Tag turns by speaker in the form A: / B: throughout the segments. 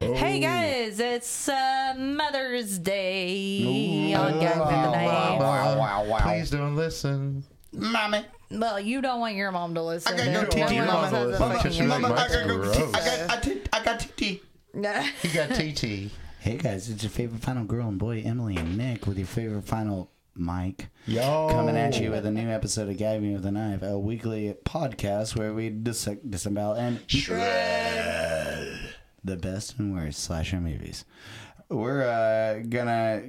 A: Hey guys, it's uh, Mother's Day on Guys with the
B: Wow,
A: Name.
B: wow, wow, wow.
C: Please don't listen.
B: Mommy,
A: Well, you don't want your mom to listen.
B: I got no
A: No
B: titty,
A: one else
B: mama.
A: has a
C: Mama,
A: fucking
C: she
B: mama,
C: like
B: I
C: Mike's
B: got
C: gross.
B: I got, I tit- I got TT.
C: He got TT.
B: Hey guys, it's your favorite final girl and boy, Emily and Nick, with your favorite final Mike.
C: Yo.
B: Coming at you with a new episode of Gabby with a Knife, a weekly podcast where we dissect, disembowel, and shred the best and worst slasher movies. We're uh, gonna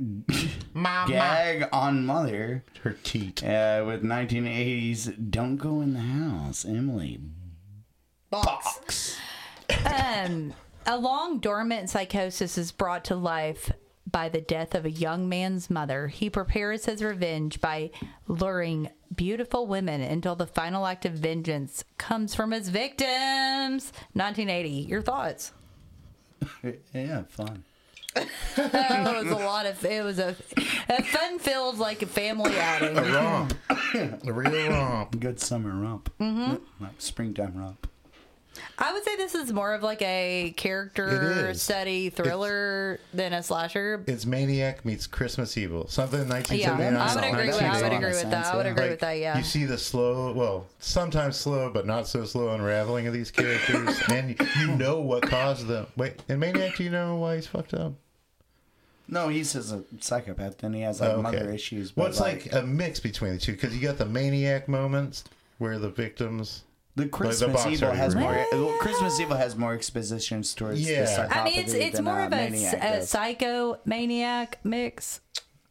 C: Mama.
B: gag on Mother
C: Her teat.
B: uh, with 1980s Don't Go in the House, Emily.
A: box. Um, a long dormant psychosis is brought to life by the death of a young man's mother. He prepares his revenge by luring beautiful women until the final act of vengeance comes from his victims. 1980. Your thoughts?
B: Yeah, fun.
A: Oh, it was a lot of. It was a, a fun filled like a family outing.
C: A romp. a real romp.
B: Good summer romp.
A: Mm-hmm.
B: Like springtime romp.
A: I would say this is more of like a character
C: is.
A: study thriller than a slasher.
C: It's Maniac meets Christmas Evil. Something
A: Yeah,
C: 1979.
A: I would agree with. I would agree with that. I would agree
C: Like,
A: with that. Yeah.
C: You see the slow, well, sometimes slow, but not so slow unraveling of these characters, and you, you know what caused them. Wait, in Maniac, do you know why he's fucked up?
B: No, he's just a psychopath, and he has like
C: Oh, Okay.
B: mother issues. But
C: Well, it's
B: like,
C: like, a mix between the two because you got the Maniac moments where the victims.
B: the Christmas
C: box
B: Evil
C: already
B: has more.
C: removed.
B: well, Christmas Evil has more expositions towards
C: Yeah.
B: the psychopathy
A: I mean, it's it's
B: than,
A: more
B: uh,
A: of a,
B: maniac
A: s-
B: does.
A: a psycho maniac mix,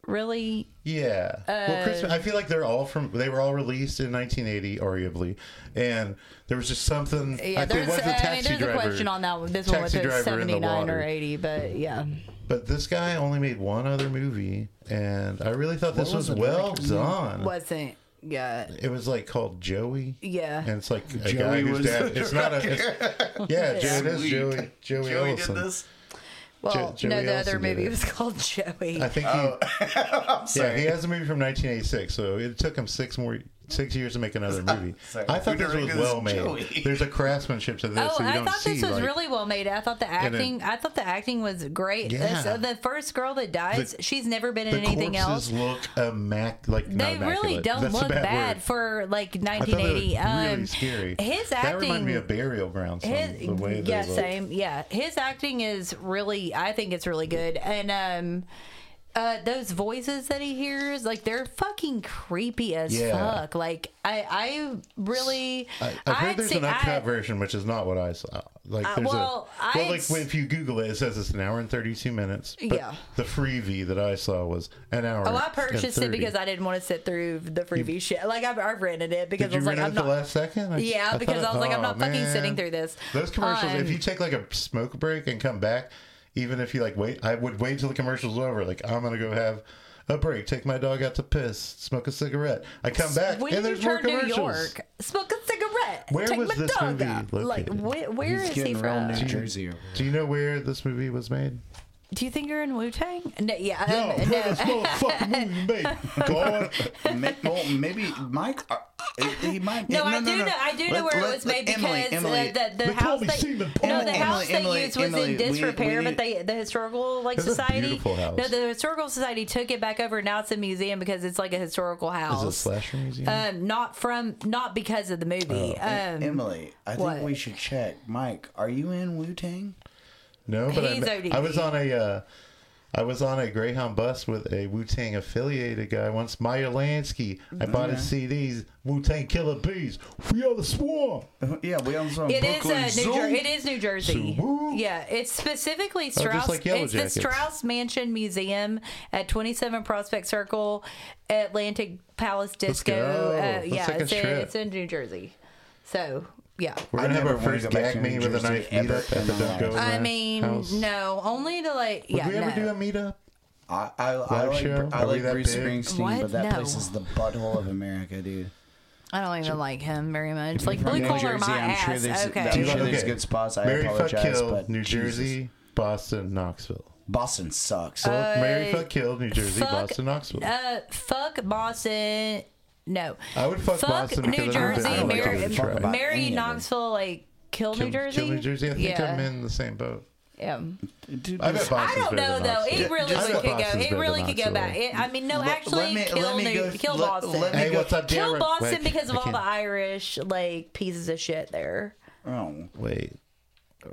A: really.
C: Yeah.
A: Uh,
C: well, Christmas. I feel like they're all from. They were all released in 1980, arguably, and there was just something.
A: Yeah,
C: I think
A: there's,
C: it was the
A: I mean,
C: taxi
A: there's
C: driver.
A: a question on that one. This one was
C: Taxi driver in the
A: 79 or
C: water.
A: 80, but yeah.
C: But this guy only made one other movie, and I really thought this
B: What was
C: was,
B: the
C: well
B: director's
C: done.
A: Wasn't, yeah.
C: It was like called Joey.
A: Yeah.
C: And it's like a
B: Joey
C: guy whose
B: was
C: dad.
B: the
C: It's not a. It's, yeah, Joey, it is
B: Sweet.
C: Joey. Joey,
B: Joey
C: Ellison.
B: did this.
A: Well,
C: Jo-
A: no,
C: Joey
A: the other
C: Ellison did
A: movie
C: it.
A: was called Joey.
C: I think he.
B: Oh. I'm
C: Yeah,
B: sorry.
C: he has a movie from 1986, so it took him six more six years to make another movie.
B: Sorry.
C: I thought
B: Who
C: this was
B: directed
C: well
B: this?
C: made.
B: Joey.
C: There's a craftsmanship to this
A: Oh,
C: that you
A: I
C: don't
A: thought
C: see.
A: this was
C: like,
A: really well made. I thought the
C: And
A: acting, I thought the acting was great.
C: Yeah.
A: So the first girl that dies,
C: The-
A: she's never been in
C: the
A: anything else.
C: corpses look immac- like not
A: They really
C: immaculate.
A: don't
C: That's a
A: look
C: bad,
A: bad
C: word.
A: for like
C: I thought they looked
A: 1980. um,
C: really scary.
A: His
C: That reminded me
A: acting-
C: of burial grounds.
A: His,
C: the way they
A: yeah,
C: look.
A: same. Yeah, his acting is really. I think it's really good, and um, uh, those voices that he hears, like they're fucking creepy as
C: Yeah.
A: fuck. Like I, I really,
C: I, I've heard
A: I'd
C: there's
A: say-
C: an uncut
A: I-
C: version, which is not what I saw. Like
A: Uh,
C: there's
A: well,
C: a well,
A: I'd
C: like
A: s-
C: if you Google it, it says it's an hour and 32 minutes. But
A: Yeah.
C: The freebie that I saw was an hour.
A: Oh, I
C: and
A: purchased it
C: 30.
A: because I didn't want to sit through the freebie shit. Like I've, I've rented it because
C: Did
A: I
C: you
A: was like,
C: rent it
A: I'm
C: at the
A: not.
C: last second? I-
A: Yeah,
C: I
A: because
C: thought-
A: I was like, I'm not
C: oh,
A: fucking
C: man.
A: sitting through this.
C: Those commercials.
A: Um,
C: if you take like a smoke break and come back, even if you like wait, I would wait till the commercial's over. Like I'm gonna go have a break, take my dog out to piss, smoke a cigarette. I come back
A: When
C: and
A: did you
C: there's more
A: turn New
C: commercials.
A: York? Smoke a cigarette.
C: Where
A: take
C: was
A: my
C: this
A: dog
C: movie
A: out. Like,
C: located?
A: where, where
B: He's
A: is he
B: getting around
A: from?
B: New Jersey. over
C: Do you know where this movie was made?
A: Do you think you're in Wu Tang? No, yeah.
C: No,
A: um,
C: where this motherfucking movie made? God.
B: there. Ma- well, maybe Mike. uh, he might.
A: No, I do know. I do know
B: Let-
A: where
B: let-
A: it was made
B: let Emily,
A: because
B: Emily,
A: uh, the, the
C: They
A: house
C: call me
A: they,
C: Seaman
A: no,
C: Paul.
A: the house they
B: Emily,
A: used was
B: Emily,
A: in
B: we- we
A: disrepair,
B: need-
A: but they the historical like
C: It's a
A: society.
C: beautiful house.
A: No, the historical society took it back over. Now it's a museum because it's like a historical house.
C: Is it slasher museum?
A: Um, not from, not because of the movie.
C: Oh.
A: um,
B: Emily, I think
A: what?
B: we should check. Mike, are you in Wu Tang?
C: No, but I,
A: He's
C: met-
A: ODD.
C: I was on a uh, I was on a Greyhound bus with a Wu Tang affiliated guy once, Maya Lansky.
A: Mm-hmm.
C: I bought his CDs, Wu Tang Killer Bees. We are the swarm.
B: Yeah, we also
A: It is
B: Brooklyn
A: uh, New
B: Zoo.
A: Jer- It is New Jersey.
C: Zoo.
A: Yeah, it's specifically Strauss.
C: Oh, just like Yellow
A: it's the
C: Jackets.
A: Strauss Mansion Museum at 27 Prospect Circle, Atlantic Palace Disco.
C: go.
A: Uh,
C: Let's
A: yeah,
C: take a
A: it's in,
C: trip.
A: it's in New Jersey. So yeah.
C: We're
B: I
C: gonna have
B: never
C: our
B: wanna
C: first
B: go back to
C: gag
B: New
C: meeting with a
B: Jersey
C: knife
B: ever
C: meetup at
B: in
C: the
B: my
C: Don't Go
B: life.
C: In
A: I
C: That
A: mean,
C: house.
A: no, only to like.
C: Would
A: yeah,
C: we ever
A: no.
C: do a meetup?
B: I, I, I
C: Live
B: like,
C: show?
B: I
C: Are we
B: like
C: that
B: Bruce
C: big?
B: Springsteen,
A: What?
B: but that
A: No.
B: place is the butthole of America, dude.
A: I don't even like him very much. Like
B: From
A: blue
B: New
A: collar,
B: Jersey,
A: my
B: I'm sure
A: ass.
B: there's-
A: okay.
B: that-
C: Do you
B: sure
C: like-
B: there's good spots. I
C: Mary fuck
B: apologize,
C: kill,
B: but
C: New
B: Jesus.
C: Jersey, Boston, Knoxville.
B: Boston sucks.
A: Uh,
C: Well, Mary fuck kill, New Jersey,
A: fuck,
C: Boston, Knoxville.
A: Uh, fuck Boston. No.
C: I would fuck Boston
A: New
C: because I don't
A: Jersey,
C: think
B: I don't like
A: Mary,
B: giving a fuck about
A: Mary
B: any of it.
A: Knoxville, like kill,
C: Kill-
A: New Jersey.
C: Kill New Jersey. I think I'm in the same boat.
A: Yeah.
B: Dude,
C: I bet
B: just-
C: Boss
A: I
C: is
A: don't
C: better
A: know
C: than
A: though.
C: Oxley.
A: It really
C: Just
A: could
C: let
A: go.
C: Boston
A: It
C: better
A: really
C: than
A: could go
C: Oxley.
A: back. It, I mean, no,
B: Let- let
A: actually,
B: me- let
A: kill
B: me
A: New-
B: go-
A: kill
B: let-
A: Boston.
B: let me
C: Hey,
B: go-
C: what's up,
A: kill
C: Darren?
A: Boston
C: Wait,
A: because of
C: I
A: all the
C: can't-
A: Irish like pieces of shit there.
B: oh.
C: Wait,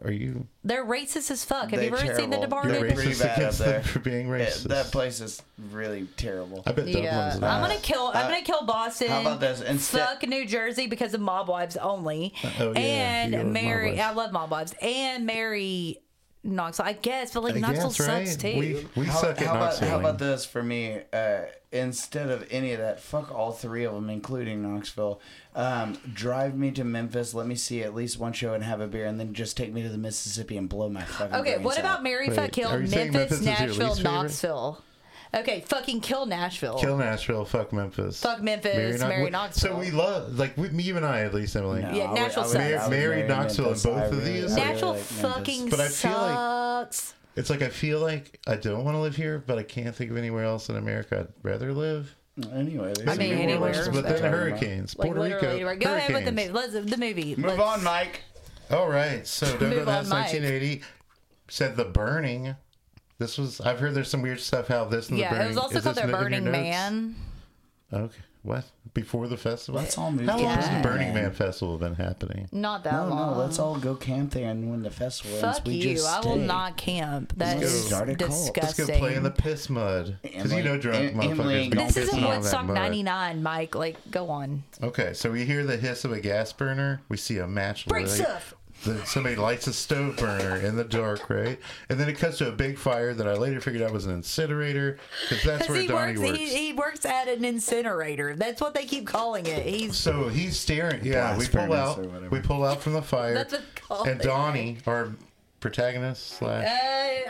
C: are you?
A: They're racist as fuck. Have
B: They
A: you ever seen The
B: terrible.
A: Departed?
C: You're
B: They're pretty
C: racist
B: bad
C: against
B: up there.
C: them for being
B: Yeah,
C: racist.
B: that place is really terrible.
C: I bet
A: Yeah,
C: Dublin's
A: I'm
C: an ass.
A: gonna kill. I'm
B: Uh,
A: gonna kill Boston.
B: how about this? Instead-
A: fuck New Jersey because of mob wives only,
C: Oh, yeah, you go with
A: and
C: mob
A: marry.
C: wives.
A: I love mob wives and marry Knoxville. I guess, but like
C: I
A: Knoxville
C: guess,
A: sucks
C: right?
A: too.
C: We, we
B: How,
C: suck at
B: how about,
C: Knoxville.
B: how about this for me? Uh, instead of any of that, fuck all three of them, including Knoxville. Um, drive me to Memphis, let me see at least one show and have a beer, and then just take me to the Mississippi and blow my fucking
A: okay,
B: brains
A: what about
B: out.
A: marry,
C: Wait,
A: fuck, kill
C: are you saying
A: Memphis,
C: Memphis is your
A: Nashville,
C: least favorite?
A: Knoxville? Okay, fucking kill Nashville.
C: Kill Nashville, fuck Memphis,
A: Fuck Memphis,
C: Knox-
A: marry
C: we-
A: Knoxville.
C: So we love, like, we, me, you and I, at least, Emily.
B: No,
A: Yeah,
B: I would-
A: Nashville
B: I would- I
A: sucks.
B: would
C: Marry
B: marry
C: Knoxville in
B: Memphis. I
C: both of
B: really-
C: these?
B: I really
A: Nashville
B: like Memphis.
A: fucking
C: But I feel like-
A: sucks.
C: It's like I feel like I don't want to live here, but I can't think of anywhere else in America I'd rather live.
B: Anyway,
A: I mean,
C: Maybe
A: anywhere.
C: worse, But then hurricanes,
A: Like,
C: Puerto Rico.
A: literally, go ahead with the movie.
C: hurricanes.
A: Let's the movie.
B: Move
A: Let's-
B: on, Mike.
C: All right, so don't
A: Move
C: go
A: on,
C: that's
A: Mike.
C: 1980. Said the burning. This was I've heard there's some weird stuff. How this and
A: Yeah,
C: the burning.
A: it was also
C: is
A: called
C: this
A: The
C: in your
A: Burning
C: notes?
A: Man.
C: Okay, what before the festival?
B: Let's all move
C: How
B: to
C: long has the
A: Burning
C: Burning
B: Man.
C: Man festival been happening?
A: Not that
B: No,
A: long.
B: no, let's all go camp there, and when the festival ends,
A: Fuck
B: we
A: you.
B: just
A: I will
B: stay.
A: not camp. That
B: go.
A: is
B: Start a cult. Let's go
A: disgusting.
C: Let's go play in the piss mud because you
B: Emily-
C: know drunk
B: Em- Emily-
C: motherfuckers. be
A: this
B: Don't piss
A: isn't
C: pissing on
A: what
C: that
A: Stock
C: mud.
A: 99, Mike. Like, go on.
C: Okay, so we hear the hiss of a gas burner. We see a match
A: Break
C: light.
A: stuff.
C: The- somebody lights a stove burner in the dark, right? And then it cuts to a big fire that I later figured out was an incinerator because that's
A: Because
C: where
A: he
C: Donnie
A: works,
C: works.
A: He, he works at an incinerator. That's what they keep calling it. He's
C: so he's staring. Yeah,
B: Blast
C: we pull
B: furnace
C: out.
B: or whatever.
C: We pull out from the fire.
A: That's what it's called,
C: and Donnie, our protagonist slash
A: uh,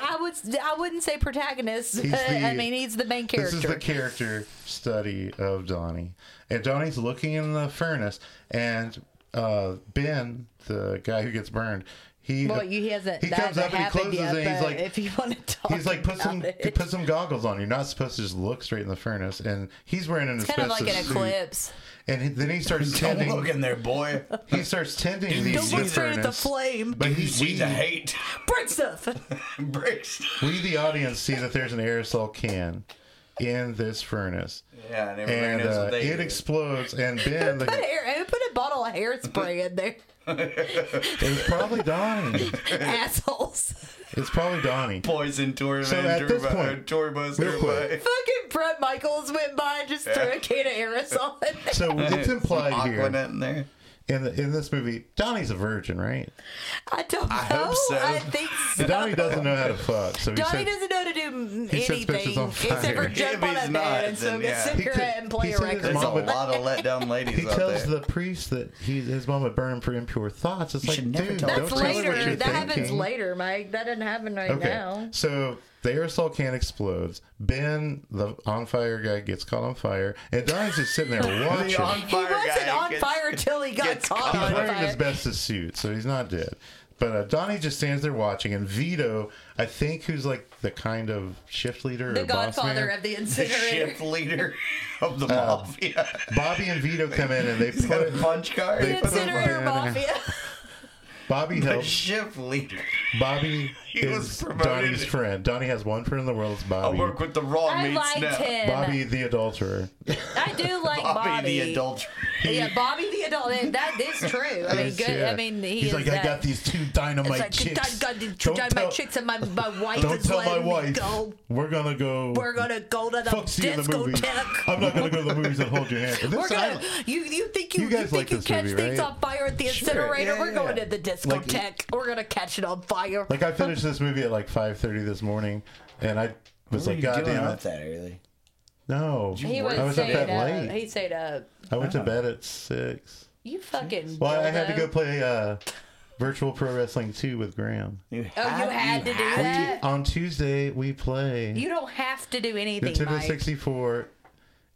A: I would I wouldn't say protagonist.
C: He's the-
A: I mean, he's the main
C: This is the
A: character.
C: character study of Donnie. And Donnie's looking in the furnace, and uh, Ben, the guy who gets burned, he
A: well, you, he hasn't.
C: he
A: that
C: comes up
A: hasn't
C: and he
A: happened
C: closes
A: yet,
C: and he's
A: but
C: like
A: if you want to talk,
C: he's like put some
A: about it.
C: put some goggles on. You're not supposed to just look straight in the furnace. And he's wearing an
A: kind of like an
C: asbestos suit.
A: eclipse.
C: And he, then he starts
B: Don't
C: tending.
B: look in there, boy.
C: He starts tending the,
A: Don't
C: the
A: look straight at the
C: furnace.
A: flame.
C: But
B: You
C: he's
B: see the
C: we,
B: hate.
A: Break stuff.
B: Bricks.
C: we the audience see that there's an aerosol can in this furnace.
B: Yeah, and,
C: And
B: knows
C: uh,
B: what they
C: it
B: do.
C: explodes, and Ben, the,
A: put, a hair, put a bottle of hairspray in there.
C: It's probably Donnie.
A: Assholes.
C: It's probably Donnie.
B: poison turbo,
C: So at this point-
B: turbos
C: Real quick.
A: Fucking Brett Michaels went by and just threw a can of aerosol in there.
C: So it's implied here
B: Aquanet in there.
C: in the, in this movie, Donnie's a virgin, right?
A: I don't know. I,
B: hope so.
A: think so.
C: And Donnie doesn't know how to fuck, so he
A: Donnie
C: said
A: doesn't know to do m-
C: He sets bitches
A: anything
C: on
A: except for
C: fire.
A: jump
B: If
A: on
B: he's
A: a
B: not,
A: bed and smoke
B: then
A: a
B: yeah. He
A: cigarette
C: could-
A: and play
C: he
A: a
C: said his
A: record.
B: There's a
C: Mom would-
B: lot of let down ladies
C: he
B: out
C: tells
B: there.
C: the priest that he his mom would burn him for impure thoughts. It's like,
B: should never
C: dude,
B: tell
C: don't
A: That's
B: That's
C: tell her what
A: later.
C: you're
A: That happens
C: thinking.
A: later, Mike. That didn't happen right
C: Okay,
A: now.
C: so the aerosol can explodes. Ben, the on fire guy, gets caught on fire, and Donnie's just sitting there watching.
A: He wasn't on fire till he got
B: gets
A: caught
B: caught.
C: He's
A: on
C: wearing his
A: fire.
C: bestest suit, so he's not dead. But uh, Donnie just stands there watching, and Vito, I think, who's like the kind of shift leader,
A: The
C: or boss
A: godfather
C: man.
A: of the
B: the
A: incinerator.
B: ship leader of the mafia.
C: Bobby and Vito come in, and they
B: He's got a
C: put
B: punch card.
A: The incinerator mafia.
C: Bobby
B: The
C: helps.
B: ship leader.
C: Bobby
B: He was
C: is
B: promoted.
C: Donnie's friend. Donnie has one friend in the world. It's
B: I
C: Bobby.
B: work with the raw
A: I
B: meats now.
A: liked him.
C: Bobby the adulterer.
A: I do like Bobby.
B: Bobby, the adulterer.
A: Yeah, Bobby the adult. and That is true. I mean,
C: Yes,
A: good.
C: yeah.
A: I mean, he
C: he's
A: is
C: like,
A: that.
C: I got these two
A: It's
C: dynamite
A: like,
C: chicks.
A: I got these two
C: Don't
A: dynamite
C: tell-
A: chicks and my, my wife
C: Don't
A: is
C: tell my
A: letting me
C: wife.
A: go.
C: We're gonna go.
A: We're gonna go to the
C: fuck see you in the movies.
A: discotheque.
C: I'm not gonna go to the movies and hold your hand. And this
A: We're gonna.
C: island-
A: You you think you,
C: You
A: you,
C: guys
A: think
C: like
A: you
C: this
A: catch
C: movie,
A: things
C: right?
A: on fire at the
B: Sure,
A: incinerator?
B: yeah,
A: We're
B: yeah,
A: going
B: yeah.
A: to the discotheque. We're gonna catch it on fire.
C: Like I finished this movie at like five thirty this morning, and I was like, "God damn it,
B: that early?
C: no!"
A: he was
C: I was up
A: stayed
C: that
A: up. Oh.
C: late.
A: He stayed up.
C: I went to bed at six.
A: You fucking.
C: Well, I had to
A: dildo.
C: go play uh, virtual pro wrestling two with Graham.
B: You
A: Oh, you had to do that.
C: On Tuesday we play
A: You don't have to do anything,
C: Nintendo
A: Mike.
C: sixty four.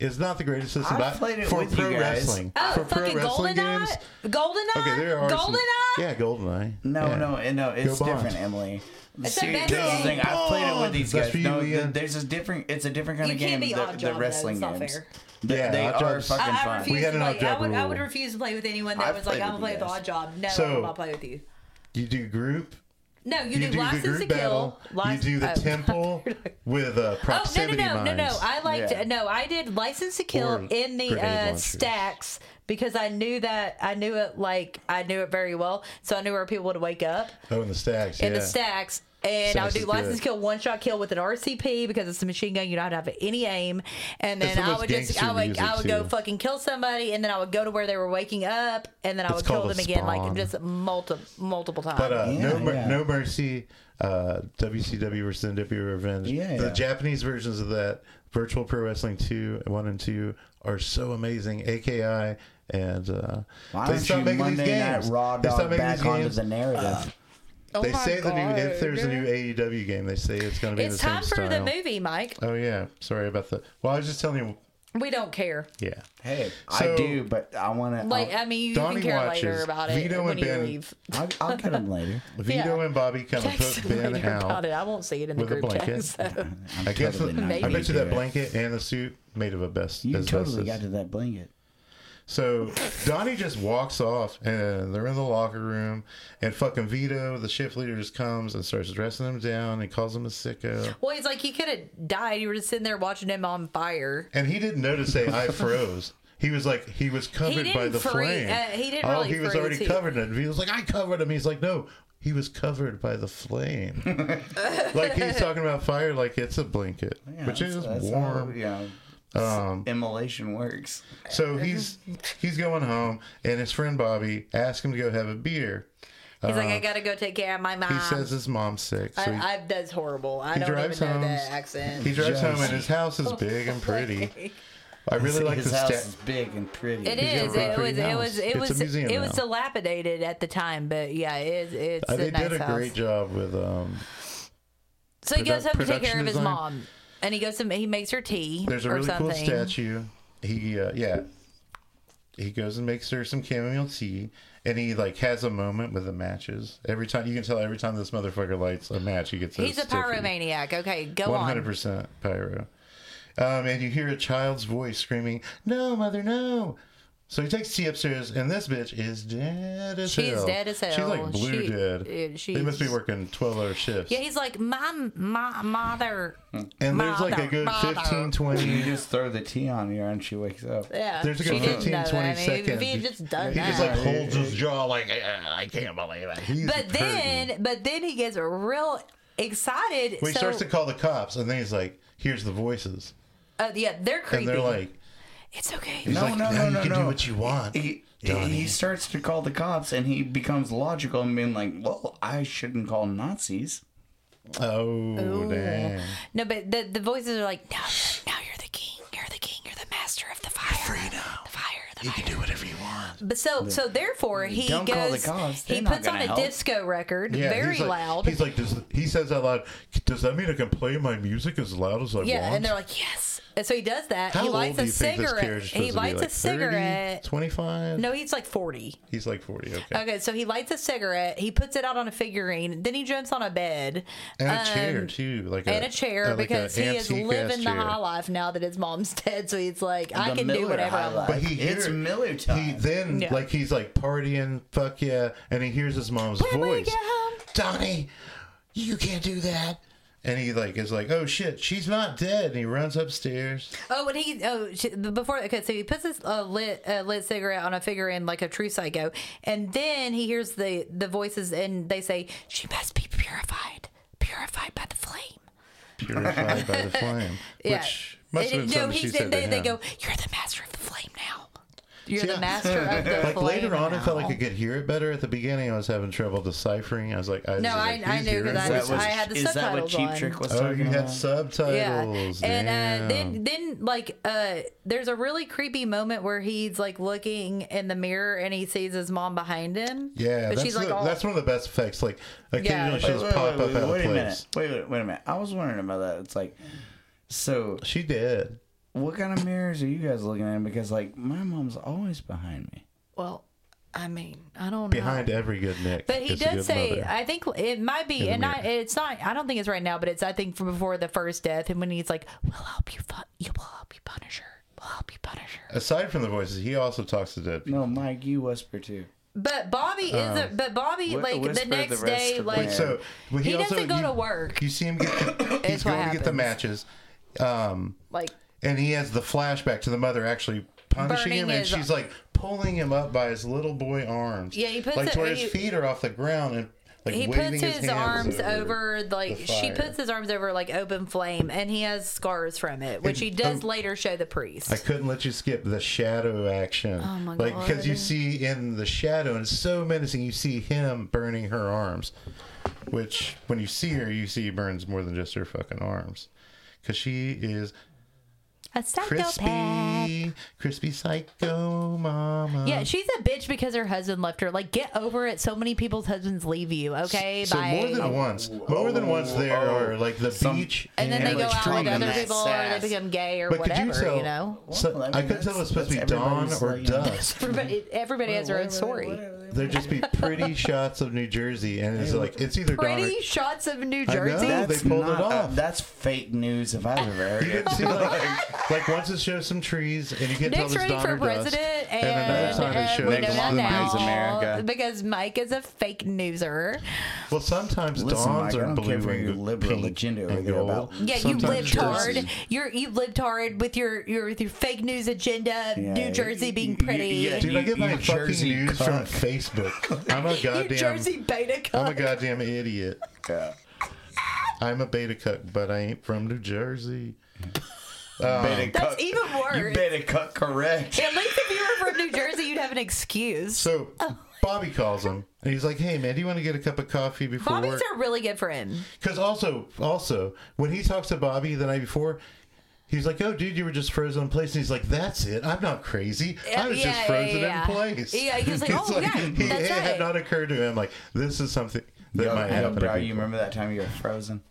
C: Is not the greatest system
B: I've
C: I-
B: played it
C: for
B: with you
C: pro
B: guys.
C: wrestling.
A: Oh,
C: for pro
A: fucking
C: wrestling
A: GoldenEye!
C: games.
A: GoldenEye!
C: Okay, there are some-
A: GoldenEye!
C: Yeah, GoldenEye.
B: No,
C: Yeah.
B: no, no, it's
C: Go Bond.
B: different, Emily.
A: It's a better
B: this is the
A: game.
B: thing. I've played it with these
C: That's
B: guys.
C: for you,
B: no,
C: Ian.
B: th- there's a different. It's a different kind
A: You
B: of
A: can't
B: game.
A: be
B: the,
A: odd
B: the
A: job,
B: wrestling
A: though. It's not
B: games.
A: fair.
B: They,
C: Yeah,
B: they
C: odd
B: are
C: jobs.
B: fucking
A: I, I
B: fun.
A: refuse
C: We had
A: to
C: an odd
A: play. I
C: job
A: would, I
C: rule.
A: would refuse to play with anyone that
B: I've
A: was like,
B: played
A: I'm gonna
B: with
A: play
B: you
A: with
B: guys.
A: odd job. No,
C: So-
A: I'm not play with you.
C: You do group
A: No, you,
C: You
A: do,
C: do the
A: license to kill.
C: group battle. You
A: Lic-
C: do the
A: oh.
C: temple with uh,
A: Oh no no
C: proximity
A: no no no!
C: mines.
A: I liked
B: Yeah.
A: no. I did license to kill
C: Or
A: in the
C: grenade
A: uh,
C: launchers.
A: stacks because I knew that I knew it like I knew it very well, so I knew where people would wake up
C: Oh, in the stacks.
A: in
C: yeah.
A: the stacks. And I
C: Stacks
A: would do
C: is
A: license
C: good.
A: kill, one shot kill with an RCP because it's a machine gun. You don't have to have any aim. And then
C: It's the
A: I
C: most
A: would just,
C: gangster
A: I would, I
C: music,
A: would go
C: too.
A: fucking kill somebody, and then I would go to where they were waking up, and then I
C: It's
A: would kill
C: called a
A: them again, like
C: spawn.
A: just multiple multiple times.
C: But uh,
B: Yeah,
C: no, mer-
B: yeah.
C: no mercy. Uh, WCW versus NWA Revenge.
B: Yeah,
C: the
B: yeah.
C: Japanese versions of that, Virtual Pro Wrestling two, one and two, are so amazing. AKI and uh,
B: Why don't you Monday Night Raw
C: They
B: dog
C: stopped making
B: back
C: these
B: onto
C: games. Uh,
B: the narrative?
A: Oh
C: they
A: my
C: say the new if there's a
A: God.
C: new AEW game, they say it's going to be
A: It's
C: the same
A: time for
C: style.
A: the movie, Mike.
C: Oh yeah, sorry about the. Well, I was just telling you.
A: We don't care.
C: Yeah,
B: hey, I
C: So-
B: do, but I want to.
A: Like I mean, you
C: Uh, Donnie
A: can care later
C: watches
A: about it
C: Vito
A: when
C: and
A: you
C: Ben
A: leave.
B: I'll, I'll cut him later.
C: Vito
A: Yeah.
C: and Bobby come and
A: Text
C: put Ben
A: later about
C: out.
A: it. I won't see it in the
C: with a
A: group
C: blanket.
A: text. so.
B: I'm
C: I guess
B: totally not
C: I
B: gonna
C: bet you
B: do
C: that
B: it.
C: blanket and the suit made of a best.
B: You totally
C: asbestos.
B: got to that blanket.
C: So Donnie just walks off, and they're in the locker room, and fucking Vito, the shift leader, just comes and starts dressing him down and calls him a sicko.
A: Well, he's like he could have died. You were just sitting there watching him on fire.
C: And he didn't notice they I froze. He was like he was covered by
A: didn't
C: the
A: free-
C: flame.
A: uh, he didn't
C: oh,
A: really
C: he was
A: freeze,
C: already
A: he-
C: covered in it. And Vito's like I covered him. He's like no, he was covered by the flame. like he's talking about fire, like it's a blanket,
B: Yeah,
C: which
B: that's-
C: is
B: that's
C: warm.
B: How, yeah,
C: Um,
B: immolation works.
C: so he's he's going home, and his friend Bobby asks him to go have a beer.
A: He's like, I gotta go take care of my mom.
C: Uh, He says his mom's sick, so he
A: Um, I, I, that's horrible. I
C: He
A: don't even
C: drives
A: know that
C: home.
A: accent.
C: He drives
B: Jazzy.
C: home and his house is big and pretty. I really like
B: His
C: the
B: house
C: sta-
B: is big and pretty.
A: It
C: got a
A: is.
C: pretty
A: It was. It
C: house.
A: was. It
C: It's a
A: was.
C: museum
A: It was
C: now.
A: dilapidated at the time, but yeah, it, it's
C: Uh,
A: a
C: they
A: nice
C: did a
A: house.
C: great job with um.
A: So he
C: Produc-
A: goes home to take care of
C: production
A: his
C: design.
A: mom, and he goes to he makes her tea
C: There's a
A: or
C: really
A: something.
C: cool statue. He uh, yeah. He goes and makes her some chamomile tea, and he like has a moment with the matches. Every time you can tell, every time this motherfucker lights a match, he gets.
A: He's a pyromaniac. Okay, go
C: One hundred
A: on.
C: percent pyro. Um, and you hear a child's voice screaming, "No, mother, no!" So he takes tea upstairs, and this bitch is dead as
A: She's
C: hell.
A: dead as
C: She's
A: hell.
C: like blue
A: She-
C: dead.
A: it-
C: they must be
A: she's-
C: working twelve-hour shifts.
A: Yeah, he's like my my mother.
C: and there's like a
A: Mother,
C: good
A: mother.
C: 15, 20.
B: You just throw the tea on her and she wakes up.
A: Yeah,
C: There's a
A: she
C: good
A: didn't
C: 15,
A: know
C: 20
A: that. I mean, if
C: seconds.
A: he just done
C: He
A: that.
C: just like holds his jaw like "Ah, I can't believe it. He's
A: but
C: hurting.
A: then, but then he gets real excited.
C: Well, he
A: so,
C: starts to call the cops, and then he's like, "Here's the voices,"
A: uh, yeah, they're creepy.
C: and they're like,
A: it's okay.
C: "He's
B: No,
C: like, now
B: no, no,
C: you
B: no,
C: can
B: no.
C: do what you want."
B: He,
C: Donnie.
B: he starts to call the cops and he becomes logical and being like, well, I shouldn't call Nazis.
C: oh, damn.
A: No, but the, the voices are like, no, no, you're the king. You're the king. You're the master of the fire. The fire. The fire.
C: do whatever you want.
A: But so, so therefore, he
B: Don't call the
A: goes.
B: cops. They're
A: he
B: not
A: puts on
B: gonna
A: a
B: help.
A: disco record,
C: Yeah,
A: very
C: he's like,
A: loud.
C: He's like, does, he says out loud, does that mean I can play my music as loud as I
A: yeah,
C: want?
A: and they're like, yes. And so he does that.
C: How
A: he
C: old
A: lights
C: do
A: a
C: you think this
A: cigarette. He
C: character's supposed to be,
A: lights
C: like
A: a
C: 30,
A: cigarette.
C: 25?
A: No, he's like forty.
C: He's like 40, okay.
A: Okay, so he lights a cigarette. He puts it out on a figurine. Then he jumps on a bed
C: and a
A: um,
C: chair, too. Like
A: and
C: a,
A: a chair
C: uh, like a
A: because he is
C: antique-ass
A: living the
C: chair.
A: high life now that his mom's dead. So he's like, I
B: The
A: can do
B: Miller
A: whatever I
B: highlight.
A: want.
C: But he
B: It's
C: hear-
B: Miller time.
C: He then,
A: Yeah.
C: like, he's like partying, fuck yeah, and he hears his mom's
A: When we
C: voice.
A: get home,
C: Donnie, you can't do that. And he like is like, oh shit, she's not dead. And he runs upstairs.
A: Oh, and he oh sh- before okay, so he puts this uh, lit uh, lit cigarette on a figurine like a true psycho, and then he hears the the voices and they say she must be purified, purified by the flame.
C: purified by the flame,
A: Yeah.
C: which must have
A: And
C: been
A: it-
C: something she
A: he's-
C: said
A: they,
C: to
A: they
C: him.
A: go, you're the master of the flame now. You're
C: Yeah.
A: the master of the
C: like
A: flame.
C: later on, I felt like
A: now."
C: I could hear it better. At the beginning, I was having trouble deciphering. I was like, I
A: No,
C: was
A: I-
C: like,
A: I
C: he's
A: knew
C: hearing
A: that I
C: voices.
A: was- I had the
B: is that what
A: subtitles
B: Cheap
A: on.
B: Trick was
C: Oh,
B: talking
C: you had
B: about?
C: subtitles.
A: Yeah, and uh,
C: Damn.
A: then then like uh, there's a really creepy moment where he's like looking in the mirror and he sees his mom behind him.
C: yeah,
A: but
C: that's,
A: she's like,
C: the-
A: all,
C: that's one of the best effects. Like occasionally she
A: Wait,
C: just pop up out of
B: wait a minute.
C: place.
B: Wait, wait, wait a minute. I was wondering about that. It's like, so
C: She did.
B: what kind of mirrors are you guys looking at? Because like my mom's always behind me.
A: well, I mean, I don't know.
C: Behind every good Nick,
A: But he
C: is a good
A: does say,
C: mother.
A: I think it might be, and not, it's not. I don't think it's right now, but it's I think from before the first death, and when he's like, "We'll help you, fu- you will help you, Punisher. We'll help you, Punisher."
C: aside from the voices, he also talks to dead people.
B: No, Mike, you whisper too.
A: But Bobby isn't. But Bobby,
D: whi-
A: like the
D: whisper the
A: next
D: rest
A: day,
D: of the
A: like
D: Yeah.
C: Oh. So but
A: he
C: also-
A: doesn't go
C: you-
A: to work.
C: You see him get the, he's
A: what
C: going to get the
A: happens.
C: matches, um,
A: like
C: and he has the flashback to the mother actually punishing
A: Burning
C: him, and
A: his-
C: she's like pulling him up by his little boy arms.
A: Yeah, he puts
C: like
A: it-
C: to where
A: he-
C: his feet are off the ground, and like
A: he
C: waving
A: puts
C: his,
A: his,
C: hands
A: arms over, like
C: the
A: she
C: fire.
A: puts his arms over like open flame, and he has scars from it, which he does later show the priest.
C: I couldn't let you skip the shadow action.
A: Oh my
C: like, Because you
A: God.
C: see in the shadow, and it's so menacing, you see him burning her arms. Which, when you see her, you see he burns more than just her fucking arms. Because she is
A: a psychopath.
C: crispy, uh, crispy psycho mama.
A: Yeah, she's a bitch because her husband left her. Like, get over it. So many people's husbands leave you. Okay,
C: So
A: bye.
C: more than once, more than once,
B: Oh,
C: there are like the beach,
A: and then they
B: Yeah,
A: go
B: like
A: out with
B: treating
A: other
B: that
A: people, or
B: sass.
A: they become gay or
C: But
A: whatever.
C: could
A: You,
C: you tell?
A: know,
C: so-
B: Well, I mean,
C: I couldn't tell if
B: that's-
C: it's supposed to be
B: that's
C: dawn
B: everybody's,
C: or
B: like, you know,
C: dusk.
A: everybody, everybody has their own story.
C: There'd just be pretty shots of New Jersey, and it's like it's either dawn or
A: Pretty shots of New
C: I know.
A: Jersey.
C: That-
B: That's
C: they pulled it
B: not.
C: off.
B: uh, that's fake news if I've ever heard
C: You
B: it.
C: can see like, like once it shows some trees and you can tell
A: Nick's running
C: there's dawn
A: for
C: or dust,
A: president, and,
C: another time
A: and uh,
C: it shows
A: we
D: Nick
A: know that
D: Longmont
A: now
D: is America.
A: because Mike is a fake newser.
C: well sometimes
B: Listen,
C: dawns
B: Mike, I
C: are
B: don't
C: blue
B: care for
C: and
B: your
C: g-
B: liberal
C: pink
B: agenda
C: and
B: over there
C: gold.
B: about-
A: Yeah, you
C: Sometimes
A: lived
C: Jersey-
A: hard. You're you lived hard with your your with your fake news agenda. New Jersey being pretty.
D: yeah,
C: Dude, I get
D: You
C: my fucking
D: Jersey
C: news from Facebook. I'm a
A: New
C: goddamn,
A: Jersey beta
C: I'm a
A: cuck.
C: goddamn idiot.
B: Yeah.
C: I'm a beta cuck, but I ain't from New Jersey.
B: Better
A: That's
B: cut-
A: even
B: You
A: worse.
B: better cut correct.
A: At least if you were from New Jersey, you'd have an excuse.
C: So
A: Oh.
C: Bobby calls him and he's like, "Hey man, do you want to get a cup of coffee before
A: Bobby's
C: work?"
A: a really good friend.
C: Because also, also, when he talks to Bobby the night before, he's like, "Oh, dude, you were just frozen in place." And he's like, "That's it. I'm not crazy. I was
A: Yeah,
C: just
A: yeah,
C: frozen
A: yeah, yeah.
C: in place."
A: Yeah, he was like,
C: It's
A: "Oh, yeah,
C: he-
A: that's
C: it
A: right."
C: had not occurred to him. Like, this is something that
B: Yo,
C: might happen.
B: bro,
C: to
B: you
C: people.
B: remember that time you were frozen?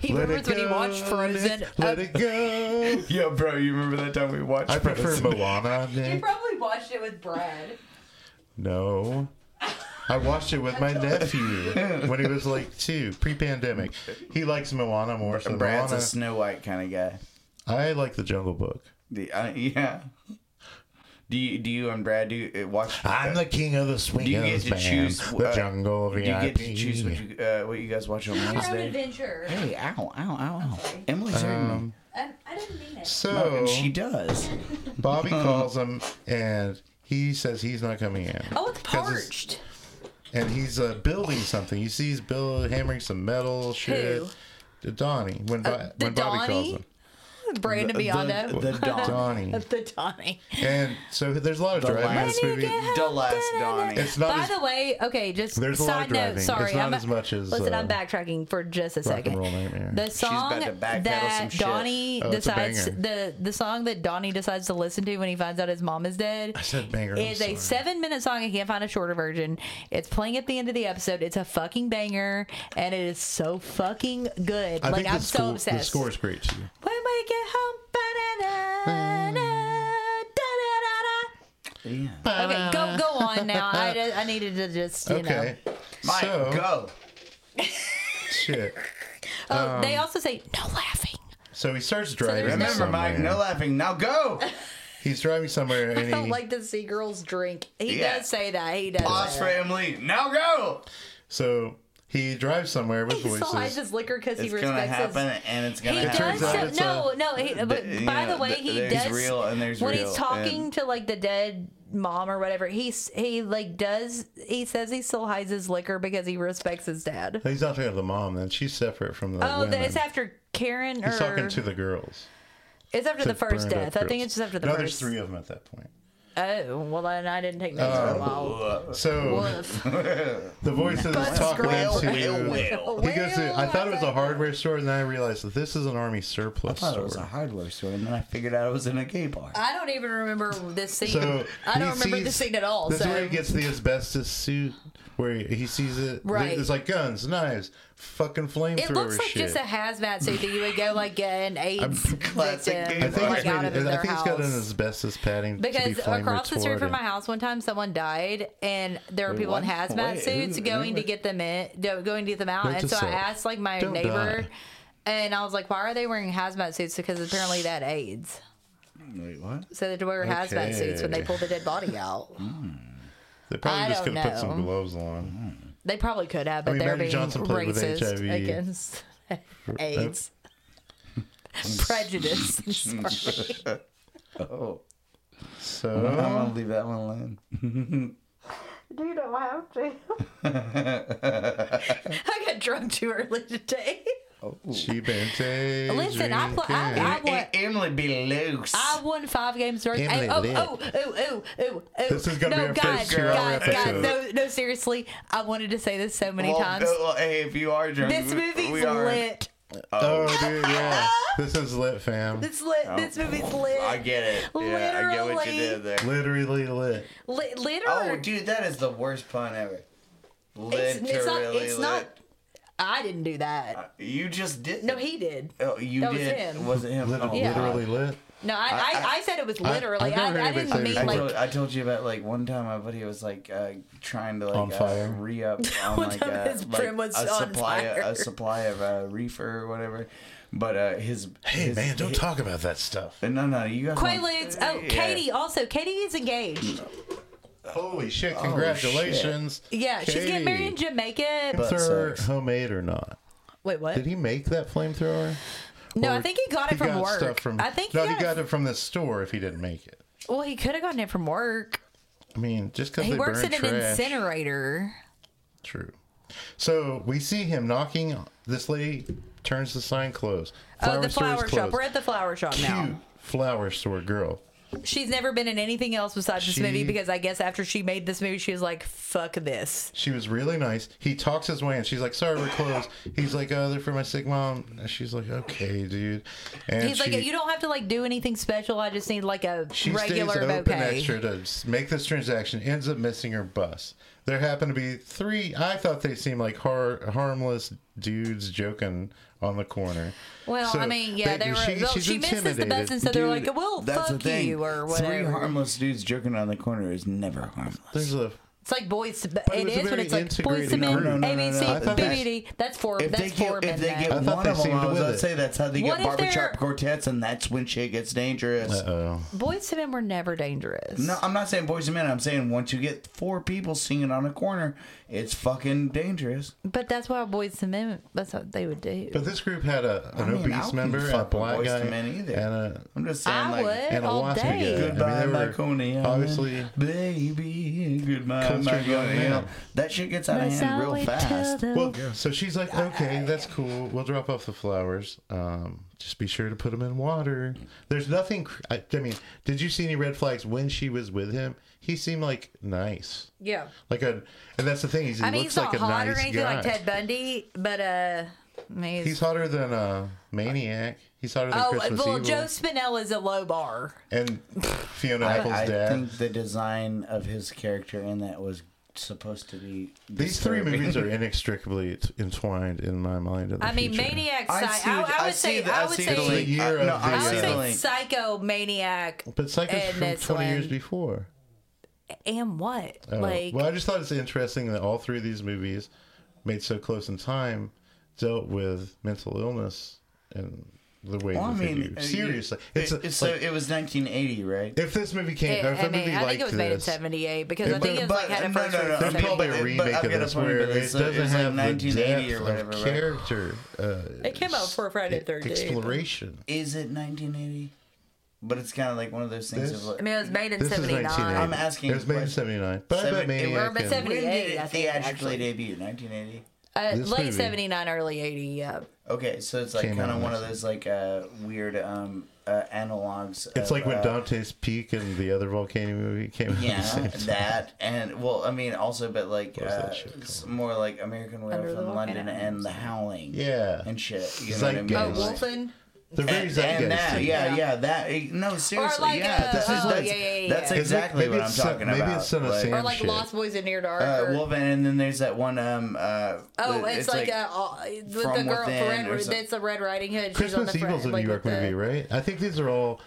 A: He remembers when he watched Frozen. Uh,
C: Nick. Let it go.
B: Yo, bro, you remember that time we watched?
C: I prefer Moana. Nick.
A: probably watched it with Brad.
C: No. I watched it with my nephew when he was like two, pre-pandemic. He likes Moana more. So
B: Brad's a
C: Moana.
B: Snow White kind of guy.
C: I like the Jungle Book.
B: The, I, yeah. Do you do you and Brad do you, uh, watch?
C: I'm the king of the swingers,
B: do you get to
C: man.
B: choose
C: the
B: uh,
C: jungle
B: Do
C: VIP.
B: you get to choose what you uh, what you guys watch on Wednesday?
A: adventure.
B: Hey, ow, ow, ow, ow! Emily's hurting me.
A: I, I didn't mean it.
C: Um, so
B: And she does.
C: Bobby calls him and he says he's not coming in.
A: Oh, it's
C: 'Cause it's-
A: parched.
C: And he's uh, building something. You see he's build, hammering some metal shit.
A: Who? Uh,
C: The Donnie. When, Bo-
A: the
C: when Bobby
A: Donnie?
C: calls him.
A: Brandon Biondo.
B: The, the Don.
C: Donnie.
A: the Donnie.
C: And so there's a lot of
B: The
C: driving in
B: last-
C: this movie.
B: The last Donnie.
C: It's not
A: By
C: as-
A: the way, okay, just
C: There's a lot
A: side
C: of
A: note.
C: driving.
A: Sorry,
C: It's not
A: I'm
C: as much as,
A: Listen,
C: uh,
A: I'm backtracking for just a
C: Rock and
A: second.
C: Roll Nightmare.
A: The song
B: about to backpedal some
A: that
B: shit.
A: Donnie
C: Oh, it's a
A: decides
C: banger.
A: the the song that Donnie decides to listen to when he finds out his mom is dead
C: I said banger. I'm
A: is a
C: sorry.
A: seven minute song. I can't find a shorter version. It's playing at the end of the episode. It's a fucking banger, and it is so fucking good.
C: I
A: like
C: think the
A: I'm
C: score,
A: so obsessed.
C: The score is great too.
A: When we get home, ba-da-da, da-da-da-da.
B: Yeah.
C: uh,
A: Okay, go go on now. I, just- I needed to just you know.
C: Okay.
B: Mike,
C: so,
B: go.
C: shit.
A: Oh, they also say no laughing.
C: So he starts driving.
A: there's
B: Remember, Mike,
C: somewhere.
B: no laughing. Now go.
C: He's driving somewhere and
A: I don't
C: he,
A: like to see girls drink. He
B: Yeah.
A: does say that. He does.
B: Boss
A: say that.
B: family. Now go.
C: so he drives somewhere with
A: He still hides
C: voices.
A: his liquor because he
B: It's gonna
A: respects
B: happen,
A: us.
B: and it's gonna
A: He
B: happen.
A: does.
C: turns out
A: Say,
C: it's
A: no, no. He, but
B: you
A: by
B: know,
A: the way,
B: th-
A: he
B: there's
A: does.
B: real and there's
A: when
B: real,
A: he's talking
B: and-
A: to like the dead mom or whatever, he's he like does. He says he still hides his liquor because he respects his dad.
C: He's not talking to the mom then. She's separate from the
A: Oh,
C: women.
A: that it's after Karen or
C: He's talking to the girls.
A: it's after the
C: To
A: first
C: burned up
A: death. I think
C: girls.
A: it's just after the
C: no,
A: first.
C: there's three Uh, of them at that point.
A: Oh well, then I didn't take notes for a while.
C: So
A: Woof.
C: the voices
A: Butts
C: talk
A: growl,
C: into.
B: wail, wail.
C: He goes to. I
A: Well,
C: thought it was a
A: said-
C: hardware store, and then I realized that this is an army surplus
B: I thought it was a
C: store.
B: hardware store, and then I figured out it was in a gay bar.
C: Uh,
A: I don't even remember this scene.
C: So
A: I don't
C: he
A: remember this
C: sees-
A: scene at all.
C: This
A: so
C: is where he gets the asbestos suit, where he, he sees it.
A: Right.
C: It's like guns, knives, fucking flamethrower
A: it looks like
C: shit.
A: just a hazmat suit that you would go like get an AIDS
B: classic
A: victim
B: gay
C: I
B: I
C: think,
A: like
C: it's, made-
A: out of
C: I
A: their
C: think it's got an
A: house.
C: asbestos padding to be
A: Because
C: flame
A: across the street from
C: retardant.
A: my house, one time someone died, and there were
B: Wait,
A: people in
B: what?
A: hazmat
B: Wait,
A: suits
B: who-
A: going to
B: who-
A: get them in, go- going to get them out.
C: Note
A: and
C: to
A: so I
C: self,
A: asked like my
C: don't
A: neighbor,
C: die.
A: and I was like, "Why are they wearing hazmat suits? Because apparently that AIDS."
B: Wait, what?
A: So they had to wear hazmat suits when they
C: Okay.
A: pulled the dead body out.
C: They probably
A: I
C: just could
A: don't
C: have put some
A: know.
C: gloves on.
A: They probably could have, but
C: mean,
A: they're
C: Magic
A: being
C: Johnson played with
A: racist
C: HIV.
A: against AIDS. Prejudice. Sorry.
B: Oh, I'm
C: So
B: gonna leave that one alone.
A: You don't have to. I got drunk too early today.
C: she been taking.
A: Listen, I pl- I- I- want-
B: Emily be loose.
A: I won five games during.
C: Emily
A: Hey, oh,
C: Litt.
A: oh, oh, oh, oh, oh.
C: This is gonna
A: no,
C: be our
A: guys,
C: first two-hour
A: guys, guys,
C: episode.
A: no, no, seriously, I wanted to say this so many
B: Well,
A: times.
B: uh, well, hey, if you are drunk,
A: this
B: we-
A: movie's
B: we are-
A: lit.
C: Oh, dude, yeah. This is lit, fam.
A: It's lit. this movie's lit.
B: Oh, I get it. Yeah, I get what you
A: Literally.
B: did there.
C: Literally lit.
A: Lit, litter.
B: Oh, dude, that is the worst pun ever.
A: it's,
B: Oh, Literally,
A: it's not. It's
B: lit.
A: not. I didn't do that.
B: You just did.
A: No, he did.
B: Oh, you
A: that was
B: did.
A: him.
B: Was it him?
C: Lit-
B: Oh,
A: Yeah.
C: Literally lit.
A: No, I, I, I, said it was
C: I-
A: literally.
C: I've never
A: I,
C: heard
A: I,
C: anybody
A: didn't
C: say
A: mean
C: this
B: I
A: like.
B: told, I told you about like one time my buddy was like uh, trying to like
C: On fire.
B: uh, re up on
A: One
B: like,
A: time
B: uh,
A: his
B: like
A: brim was
B: a
A: on
B: supply
A: fire.
B: a supply of uh, reefer or whatever, but uh, his
C: Hey,
B: his-
C: man, don't
B: hi-
C: talk about that stuff.
B: No, no, you guys. want-
A: Quaaludes. Oh,
B: Yeah.
A: Katie. Also, Katie is engaged.
C: Holy shit! Congratulations.
A: Yeah, she's getting married in Jamaica.
B: But-
C: Flamethrower
B: sucks.
C: homemade or not?
A: Wait, what?
C: Did he make that flamethrower?
A: No,
C: Or
A: I think he got it from work.
C: stuff from-
A: I think
C: no,
A: he got, it,
C: it from the store. If he didn't make it,
A: Well, he could have gotten it from work.
C: I mean, just because
A: He
C: they
A: works
C: burn
A: at an
C: trash.
A: incinerator.
C: True. So we see him knocking. This lady turns the sign closed.
A: oh, the
C: store is
A: flower shop.
C: closed.
A: We're at the flower shop
C: Cute
A: now.
C: flower store girl.
A: She's never been in anything else besides
C: She-
A: this movie because I guess after she made this movie, she was like, "Fuck this."
C: She was really nice. He talks his way in. She's like, "Sorry, we're closed." He's like, "Oh, they're for my sick mom." And she's like, "Okay, dude." And
A: He's
C: she,
A: like, "You don't have to like do anything special. I just need like a
C: she
A: regular
C: stays open
A: bouquet."
C: extra to s- make this transaction. Ends up missing her bus. There happen to be three. I thought they seemed like har- harmless dudes joking on the corner.
A: Well,
C: So
A: I mean, yeah, they, were.
C: she's
A: well, she missed this the
C: intimidated.
A: best, and so they're
B: Dude,
A: like, "Well,
B: that's the
A: fuck
B: thing.
A: you" or
B: Three
A: whatever.
B: harmless dudes jerking around the corner is never
C: There's
B: harmless.
C: a
A: it's like boys.
C: it
A: It
C: was a
A: is when
C: very
A: it's like boys
C: integrated
A: to men,
B: group. No, no, no, no, no. I
A: ABC,
C: thought that's-
A: BBD. That's four.
B: If
A: that's
B: they
A: four
B: get,
A: men
B: if they
A: now.
B: get
C: I thought
B: one
C: they
B: of them,
C: seemed
B: I was
C: with
B: gonna
C: it.
B: say that's how they
A: What
B: get
A: if
B: barbershop
A: they're-
B: quartets, and that's when shit gets dangerous.
C: oh.
A: Boys to men were never dangerous.
B: No, I'm not saying boys and men. I'm saying once you get four people singing on a corner, it's fucking dangerous.
A: But that's why boys to men. That's what they would do.
C: But this group had a an
B: I mean, I
C: obese
B: wouldn't
C: member, and a
B: fuck with
C: black
B: Boyz
C: guy,
B: II Men either.
C: and a
B: I'm just saying,
A: I
B: like,
A: would
C: and a
A: all
C: waspy
A: day.
C: guy.
B: goodbye,
C: I mean, they were
B: Miconium.
C: obviously-
B: baby, goodbye,
C: Cultured young
B: Miconium.
C: man.
B: That shit gets out of hand real fast.
C: Well, so she's like, okay, that's cool. We'll drop off the flowers. Um, just be sure to put them in water. There's nothing. cr- I, I mean, did you see any red flags when she was with him? He seemed like nice,
A: yeah.
C: like a, and that's the thing. He
A: I mean,
C: looks
A: he's not
C: like a
A: hot or
C: nice
A: anything
C: guy.
A: like Ted Bundy, but uh, I mean, he's,
C: He's hotter than a maniac. He's hotter than
A: oh
C: Christmas
A: well,
C: Evil.
A: Joe Spinell is a low bar.
C: and Fiona
B: I,
C: Apple's
B: I
C: dad.
B: think the design of his character in that was supposed to be.
C: These three
B: disturbing.
C: movies are inextricably t- entwined in my mind. In the
A: I mean,
C: future.
A: Maniac.
B: I
A: Psy-
B: see.
A: I, I,
B: I
A: would
B: see
A: say.
B: the-
A: I
B: I
A: would
B: see the
A: say.
C: The
B: link.
C: year
B: I- no,
C: of the,
B: I
A: I would
B: see
C: uh,
B: the
A: say
B: link.
A: Psycho Maniac
C: But Psycho's
A: And
C: from
A: this
C: 20 years
A: one.
C: before.
A: and what?
C: Oh,
A: like
C: well, I just thought it's interesting that all three of these movies, made so close in time, dealt with mental illness and the way
B: Well, I
C: that they
B: mean, uh,
C: do. Seriously, it's,
B: it,
C: a,
B: so
C: like,
B: it was 1980, right?
C: if this movie came,
A: I-
C: or if
A: I
C: a
A: mean,
C: movie
A: I
C: like
A: think it was made in
C: this,
A: '78 because I
C: But-
A: think it was like had a first. or
C: no,
A: second.
C: no, probably a
B: but-
C: remake
B: I've
C: of
B: got a
C: this
B: point,
C: where it
B: but it's, uh,
C: doesn't
B: it's like
C: have the
B: 1980 or
C: depth
B: whatever,
C: of
B: right?
C: character. Uh,
A: It came out for Friday the 13th.
C: Exploration.
B: Is it 1980? But it's kind of like one of those things
C: This-
B: of like.
A: I mean, it was made in
C: This is
A: '79.
C: 1980.
B: I'm asking
C: It was made in
B: a question.
C: 79. But I bet
B: Seven- it
C: Maniac
B: was-
A: but
C: and-
A: seven-
B: When did
A: 78, I
B: it
A: think,
B: theatrically
A: actually.
B: debut? 1980.
A: Uh,
C: This
A: late
C: movie-
A: '79, early '80. Yeah.
B: Okay, so it's like
C: Came
B: kind
C: out
B: of one
C: last
B: of those like uh, weird um, uh, analogs.
C: It's
B: of,
C: like when
B: uh,
C: Dante's Peak and the other volcano movie came out.
B: Yeah,
C: at the same time.
B: that and well, I mean, also, but like
C: was that
B: uh,
C: shit called?
B: s- more like American
A: Under
B: Werewolf
A: the
B: in London
A: Volcano.
B: and The Howling.
C: Yeah.
B: and shit. You know what I
C: Zeitgeist.
B: mean?
A: Oh,
C: Yeah.
B: Like-
A: Wolfen.
C: They're very
B: And, and that,
C: zeitgeisty.
B: yeah,
A: Yeah.
B: yeah, that. eh, No, seriously,
A: like,
B: yeah.
A: uh,
B: this is
A: oh,
B: that's,
A: yeah, yeah, yeah.
B: that's
A: Is it-
B: exactly
C: maybe
B: what I'm
C: it's some-
B: talking
C: maybe
B: about.
C: it's some of
B: like-
C: Sam-
A: Or like
C: shit.
A: Lost Boys in Near Dark.
B: Uh,
A: or-
B: Wolfen, and then there's that one. Um, uh,
A: oh, it's, like,
B: a
A: uh, all- with the
B: From
A: girl.
B: Within
A: Red,
B: or something.
A: that's the Red Riding Hood. She's on
C: Christmas
A: the front,
C: Evil's a
A: like,
C: New York
A: with the-
C: movie, right? I think these are all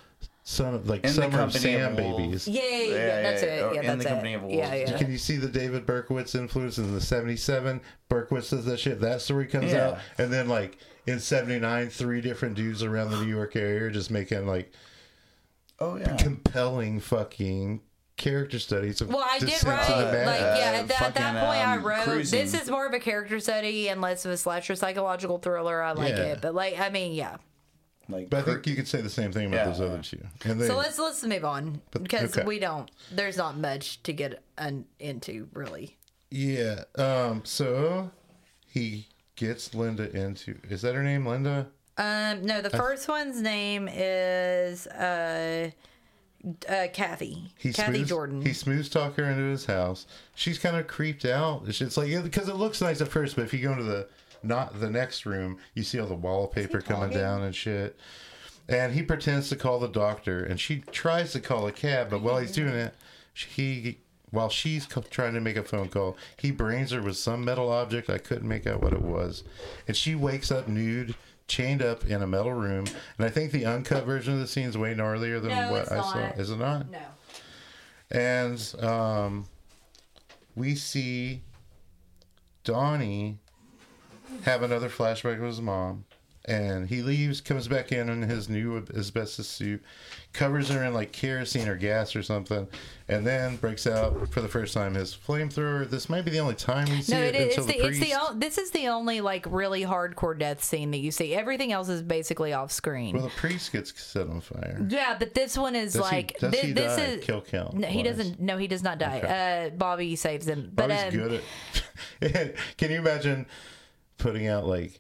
C: some like
B: In the
C: Summer of
B: Company
C: Sam
B: of Wolves.
C: babies.
A: Yeah, yeah, yeah,
B: Yeah, yeah,
A: that's
B: yeah,
A: it.
B: or
A: Yeah,
B: In
A: that's
B: the
A: it.
B: Company of Wolves.
A: Yeah, yeah.
C: Can you see the David Berkowitz influence in the '77? Berkowitz does that shit. That story comes
B: Yeah.
C: out, and then like in '79, three different dudes around the New York area are just making like
B: oh yeah,
C: compelling fucking character studies of
A: Well, I did
C: Descent
A: write,
C: to the Madness.
A: like, yeah, at that, at that
B: fucking,
A: point, I
B: um,
A: wrote,
B: Cruising.
A: this is more of a character study and less of a slasher psychological thriller. I like
C: Yeah.
A: it. But, like, I mean, yeah.
B: Like,
C: But I think you could say the same thing about
B: Yeah.
C: those other two. And they,
A: So let's let's move on because
C: okay.
A: we don't. There's not much to get un, into really.
C: yeah. Um. So he gets Linda into. Is that her name, Linda?
A: Um, no, the first one's name is uh, uh Kathy. Kathy
C: smooths-
A: Jordan.
C: He smooths talk her into his house. She's kind of creeped out. It's just like because it looks nice at first, but if you go into the not the next room, you see all the wallpaper coming down and shit. And he pretends to call the doctor, and she tries to call a cab, but while he's doing it, she- he while she's co- trying to make a phone call, he brains her with some metal object. I couldn't make out what it was, and she wakes up nude. Chained up in a metal room, and I think the uncut version of the scene is way gnarlier than
A: No,
C: what
A: it's
C: I
A: not.
C: saw. Is it not?
A: no.
C: And um, we see Donnie have another flashback with his mom. And he leaves, comes back in in his new asbestos suit, covers her in like kerosene or gas or something, and then breaks out for the first time his flamethrower. This might be the only time we see
A: No,
C: it,
A: it is.
C: until
A: It's the,
C: the
A: it's
C: priest.
A: the o- this is the only like really hardcore death scene that you see. Everything else is basically off screen.
C: well, the priest gets set on fire.
A: yeah, but this one is
C: Does he-
A: like
C: does
A: thi-
C: he
A: this
C: die?
A: is
C: Kill count
A: No, he
C: wise?
A: doesn't. No, he does not die. Uh, Bobby saves him.
C: But
A: But
C: he's
A: um,
C: good at. Can you imagine putting out like?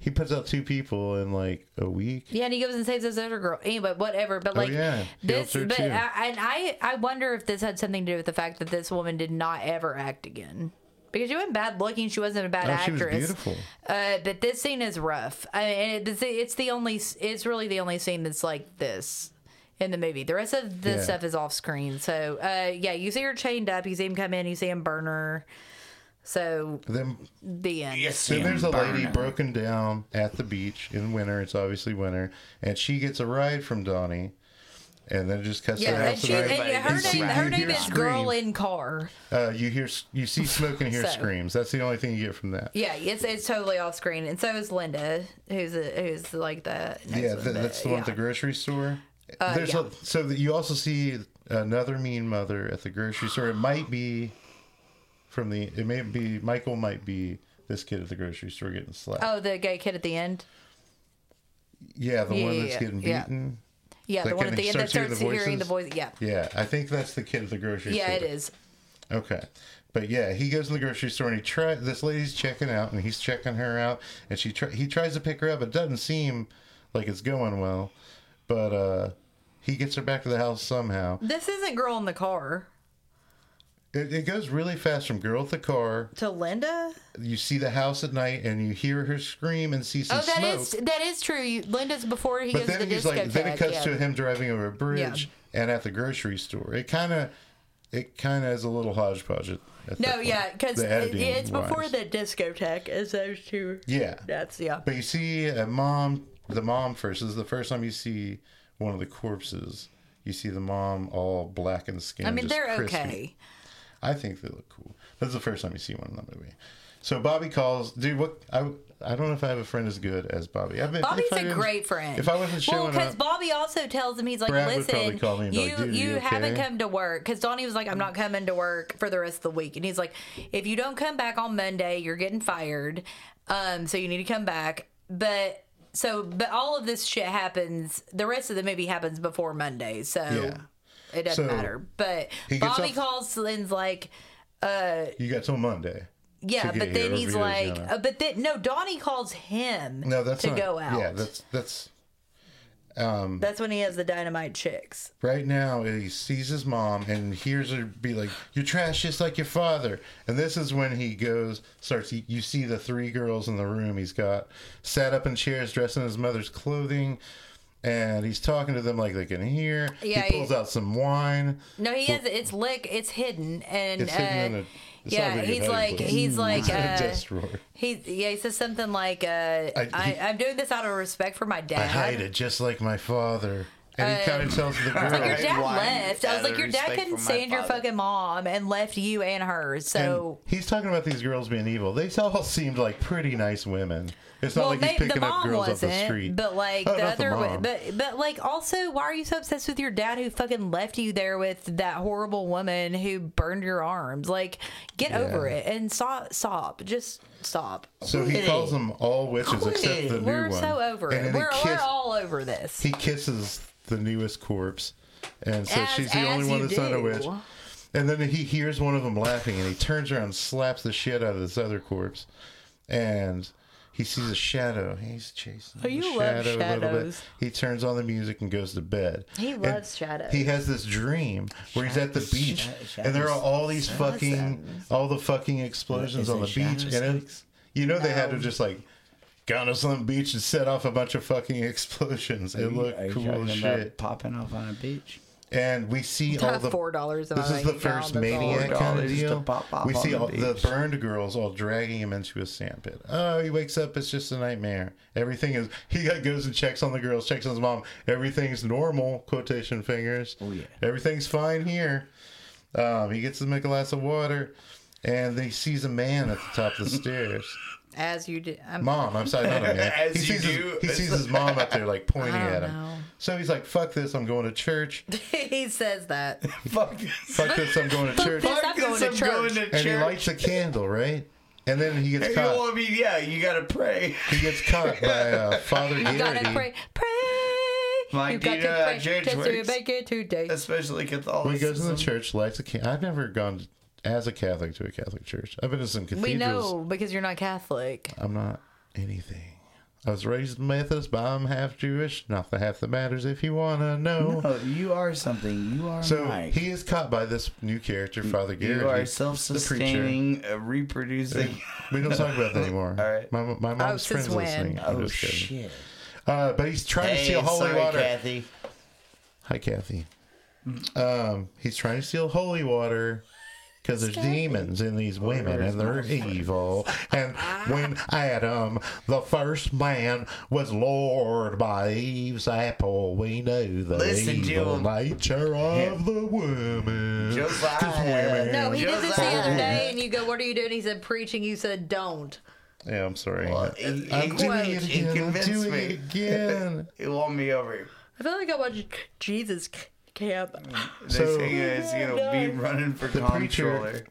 C: He puts out two people in like a week.
A: Yeah, and he goes and saves this other girl. Anyway, whatever. But like
C: Oh, yeah. He
A: this,
C: helps her,
A: but
C: too.
A: I, and I, I wonder if this had something to do with the fact that this woman did not ever act again because she wasn't bad looking. She wasn't a bad
C: Oh, she was
A: actress.
C: beautiful.
A: Uh, but this scene is rough. I mean, it, it's the only. It's really the only scene that's like this in the movie. The rest of the
C: Yeah.
A: stuff is off screen. So uh, yeah, you see her chained up. You see him come in. You see him burn her. So
C: Then,
A: the end.
C: then there's a lady broken down at the beach in winter. It's obviously winter, and she gets a ride from Donnie, and then it just cuts
A: Yeah,
C: her
A: and
C: house
A: she,
C: and
A: and
C: everything.
A: her
B: And
A: name,
B: you
A: her
B: hear
A: name is
B: scream.
A: Girl in Car.
C: Uh, you hear, s- you see smoke and hear
A: So-
C: screams. That's the only thing you get from that.
A: Yeah, it's it's totally off screen, and so is Linda, who's a, who's like the next
C: Yeah,
A: one,
C: th-
A: but,
C: that's the one at
A: yeah.
C: the
A: Uh,
C: grocery store. There's
A: yeah.
C: a, so that you also see another mean mother at the grocery store. It might be from the. It may be Michael. Might be this kid at the grocery store getting slapped.
A: Oh, the gay kid at the end.
C: yeah, the
A: yeah,
C: one
A: yeah,
C: that's
A: yeah,
C: getting
A: yeah.
C: beaten.
A: Yeah,
C: That
A: the one
C: kid
A: at the
C: that
A: end that
C: starts
A: starts
C: hearing the
A: hearing the voice. Yeah,
C: Yeah, I think that's the kid at the grocery
A: yeah,
C: store.
A: it is.
C: Okay. But yeah, he goes to the grocery store and he try this lady's checking out and he's checking her out and she try- he tries to pick her up. It doesn't seem like it's going well, but uh he gets her back to the house somehow.
A: This isn't girl in the car
C: It, it goes really fast from girl at the car.
A: to Linda.
C: You see the house at night and you hear her scream and see some
A: Oh, that
C: smoke.
A: is that is true. You- Linda's before he
C: But
A: goes to the
C: then he's
A: discotheque.
C: like, then it cuts
A: yeah.
C: to him driving over a bridge and at the grocery store. It kind of, it kind of is a little hodgepodge. At at that
A: no,
C: point,
A: yeah, because
C: the editing
A: it's before
C: wise.
A: the discotheque. As those two.
C: Yeah,
A: That's yeah.
C: but you see a mom, the mom first. This is the first time you see one of the corpses. You see the mom all black and skin.
A: I mean,
C: just
A: they're
C: crispy.
A: okay.
C: I think they look cool. This is the first time you see one in the movie. So Bobby calls, dude. What I I don't know if I have a friend as good as Bobby. I've been,
A: Bobby's
C: if I
A: a
C: didn't-
A: great friend.
C: If I wasn't
A: well,
C: showing
A: because
C: up,
A: Bobby also tells him he's like,
C: Brad would
A: listen,
C: probably call me and be
A: you
C: like, "Dude,
A: you
C: you okay?"
A: haven't come to work because Donnie was like, I'm not coming to work for the rest of the week, and he's like, if you don't come back on Monday, you're getting fired, um, so you need to come back. But so, but all of this shit happens. The rest of the movie happens before Monday, so
C: Yeah.
A: it doesn't
C: So,
A: matter. But
C: he gets
A: Bobby
C: off-
A: calls Lynn's like.
C: you got till Monday.
A: Yeah,
C: to get
A: but then
C: here
A: he's
C: via
A: like,
C: Xana.
A: uh, but then no, Donnie calls him
C: No, that's
A: to
C: not,
A: go out.
C: Yeah, that's that's
A: That's when he has the dynamite chicks.
C: right now. He sees his mom and hears her be like, "You're trash, just like your father." And this is when he goes starts. You see the three girls in the room. He's got sat up in chairs, dressed in his mother's clothing, and he's talking to them like they can hear.
A: Yeah, he-
C: he pulls out some wine.
A: No, he has it's lick, it's hidden, and
C: It's hidden
A: uh,
C: in a. it sounds
A: yeah,
C: like a
A: he's
C: hiding
A: like
C: place.
A: he's like
C: It's in a
A: uh,
C: desk drawer.
A: he's yeah he says something like uh, I,
C: I- he-
A: I, am doing this out of respect for my dad.
C: I hide it just like my father. And he kind of tells the girl.
A: Uh, Like your dad
D: Why?
A: left. I was like, your
D: Out of
A: dad
D: respect
A: couldn't
D: for my
A: stand your
D: father.
A: fucking mom and left you and her.
C: And
A: So
C: he's talking about these girls being evil. They all seemed like pretty nice women. It's not
A: well,
C: like he's
A: may- the
C: picking up
A: mom
C: girls off the street.
A: wasn't, but like
C: Oh,
A: the
C: not the
A: other,
C: mom.
A: but but like also, why are you so obsessed with your dad who fucking left you there with that horrible woman who burned your arms? Like, get over it and stop, stop, just stop.
C: so he calls them all witches except the new
A: We're
C: one.
A: so over
C: And
A: it.
C: then
A: We're,
C: he,
A: we're
C: kiss-
A: all over this.
C: he kisses the newest corpse and says
A: As-
C: she's the only
A: as
C: one
A: you
C: that's not a
A: do.
C: witch. And then he hears one of them laughing and he turns around and slaps the shit out of this other corpse. And he sees a shadow. He's chasing
A: Oh,
C: the
A: you love
C: shadow a little bit.
A: shadows.
C: He turns on the music and goes to bed.
A: He
C: And
A: loves shadows.
C: He has this dream where he's at the beach
B: shadows.
C: and there are all these fucking all the fucking explosions
B: Is
C: on the
B: it
C: beach
B: shadows?
C: and it, you know they had to just like gone to some beach and set off a bunch of fucking explosions. It
B: Are
C: looked
B: you
C: cool
B: talking
C: as
B: about
C: shit.
B: popping off on a beach.
C: And we see all the
A: Four dollars.
C: this is the first maniac
B: all.
C: kind of
B: Dollars to
C: deal.
B: pop off
C: we
B: on
C: see
B: the
C: all the
B: beach.
C: burned girls all dragging him into a sandpit. Oh, he wakes up. It's just a nightmare. Everything is. He got- goes and checks on the girls, checks on his mom. Everything's normal. Quotation fingers. Oh
B: yeah.
C: Everything's fine here. Um, he gets to make a glass of water, and then he sees a man at the top of the stairs.
A: As you do. I'm,
C: Mom, I'm sorry, not a man.
D: As
C: he
D: you
C: sees
D: do.
C: his, he sees his mom up there like pointing
A: I don't
C: at him.
A: know.
C: So he's like, "Fuck this! I'm going to church.
A: he says that.
D: Fuck this.
C: Fuck this! I'm going to church."
A: this. I'm going to church.
D: to
C: and he lights a candle, right? And then he gets
D: If you
C: caught.
D: want me, yeah, you gotta pray.
C: He gets caught by uh, Father
A: You gotta
C: Garrity.
A: pray, pray.
D: Like,
A: you got
D: you know
A: to
D: how
A: pray
D: church
A: just to
D: works.
A: make it today.
C: When
D: Especially
C: he goes to
D: Catholicism.
C: the church, lights a candle. I've never gone as a Catholic to a Catholic church. I've been to some cathedrals.
A: We know because you're not Catholic.
C: I'm not anything. I was raised Methodist, but I'm half Jewish. Not the half that matters if you want to know.
B: Oh, you are something. You are
C: So
B: Mike.
C: he is caught by this new character, Father Garrity.
B: you are
C: the preacher.
B: self-sustaining, uh, reproducing.
C: We don't talk about that anymore.
D: All right.
C: My, my mom's
A: since
C: friends
A: when?
C: listening. I'm
B: Oh
C: just kidding.
B: shit!
C: Uh, but he's trying to
D: Hey,
C: steal holy
D: sorry,
C: water.
D: Kathy.
C: Hi, Kathy. Um, he's trying to steal holy water because there's demons in these women and they're evil. And when Adam, the first man, was lured by Eve's apple, we know the
D: Listen to
C: evil
D: him.
C: nature of the woman.
D: Just like-
C: women.
A: No, he did
D: Just
A: this the other
D: like-
A: day, and you go, "What are you doing?" He said, "Preaching." You said, "Don't."
C: Yeah, I'm sorry.
D: Well, he-
C: I'm
D: he-
C: doing
D: he
C: it again. I'm
D: convinced
C: doing
D: me.
C: it again.
D: He won me over.
A: I feel like I watched Jesus c- camp.
D: They
C: So-
D: say he's gonna
A: Oh,
D: be running for
C: The preacher-
D: comptroller.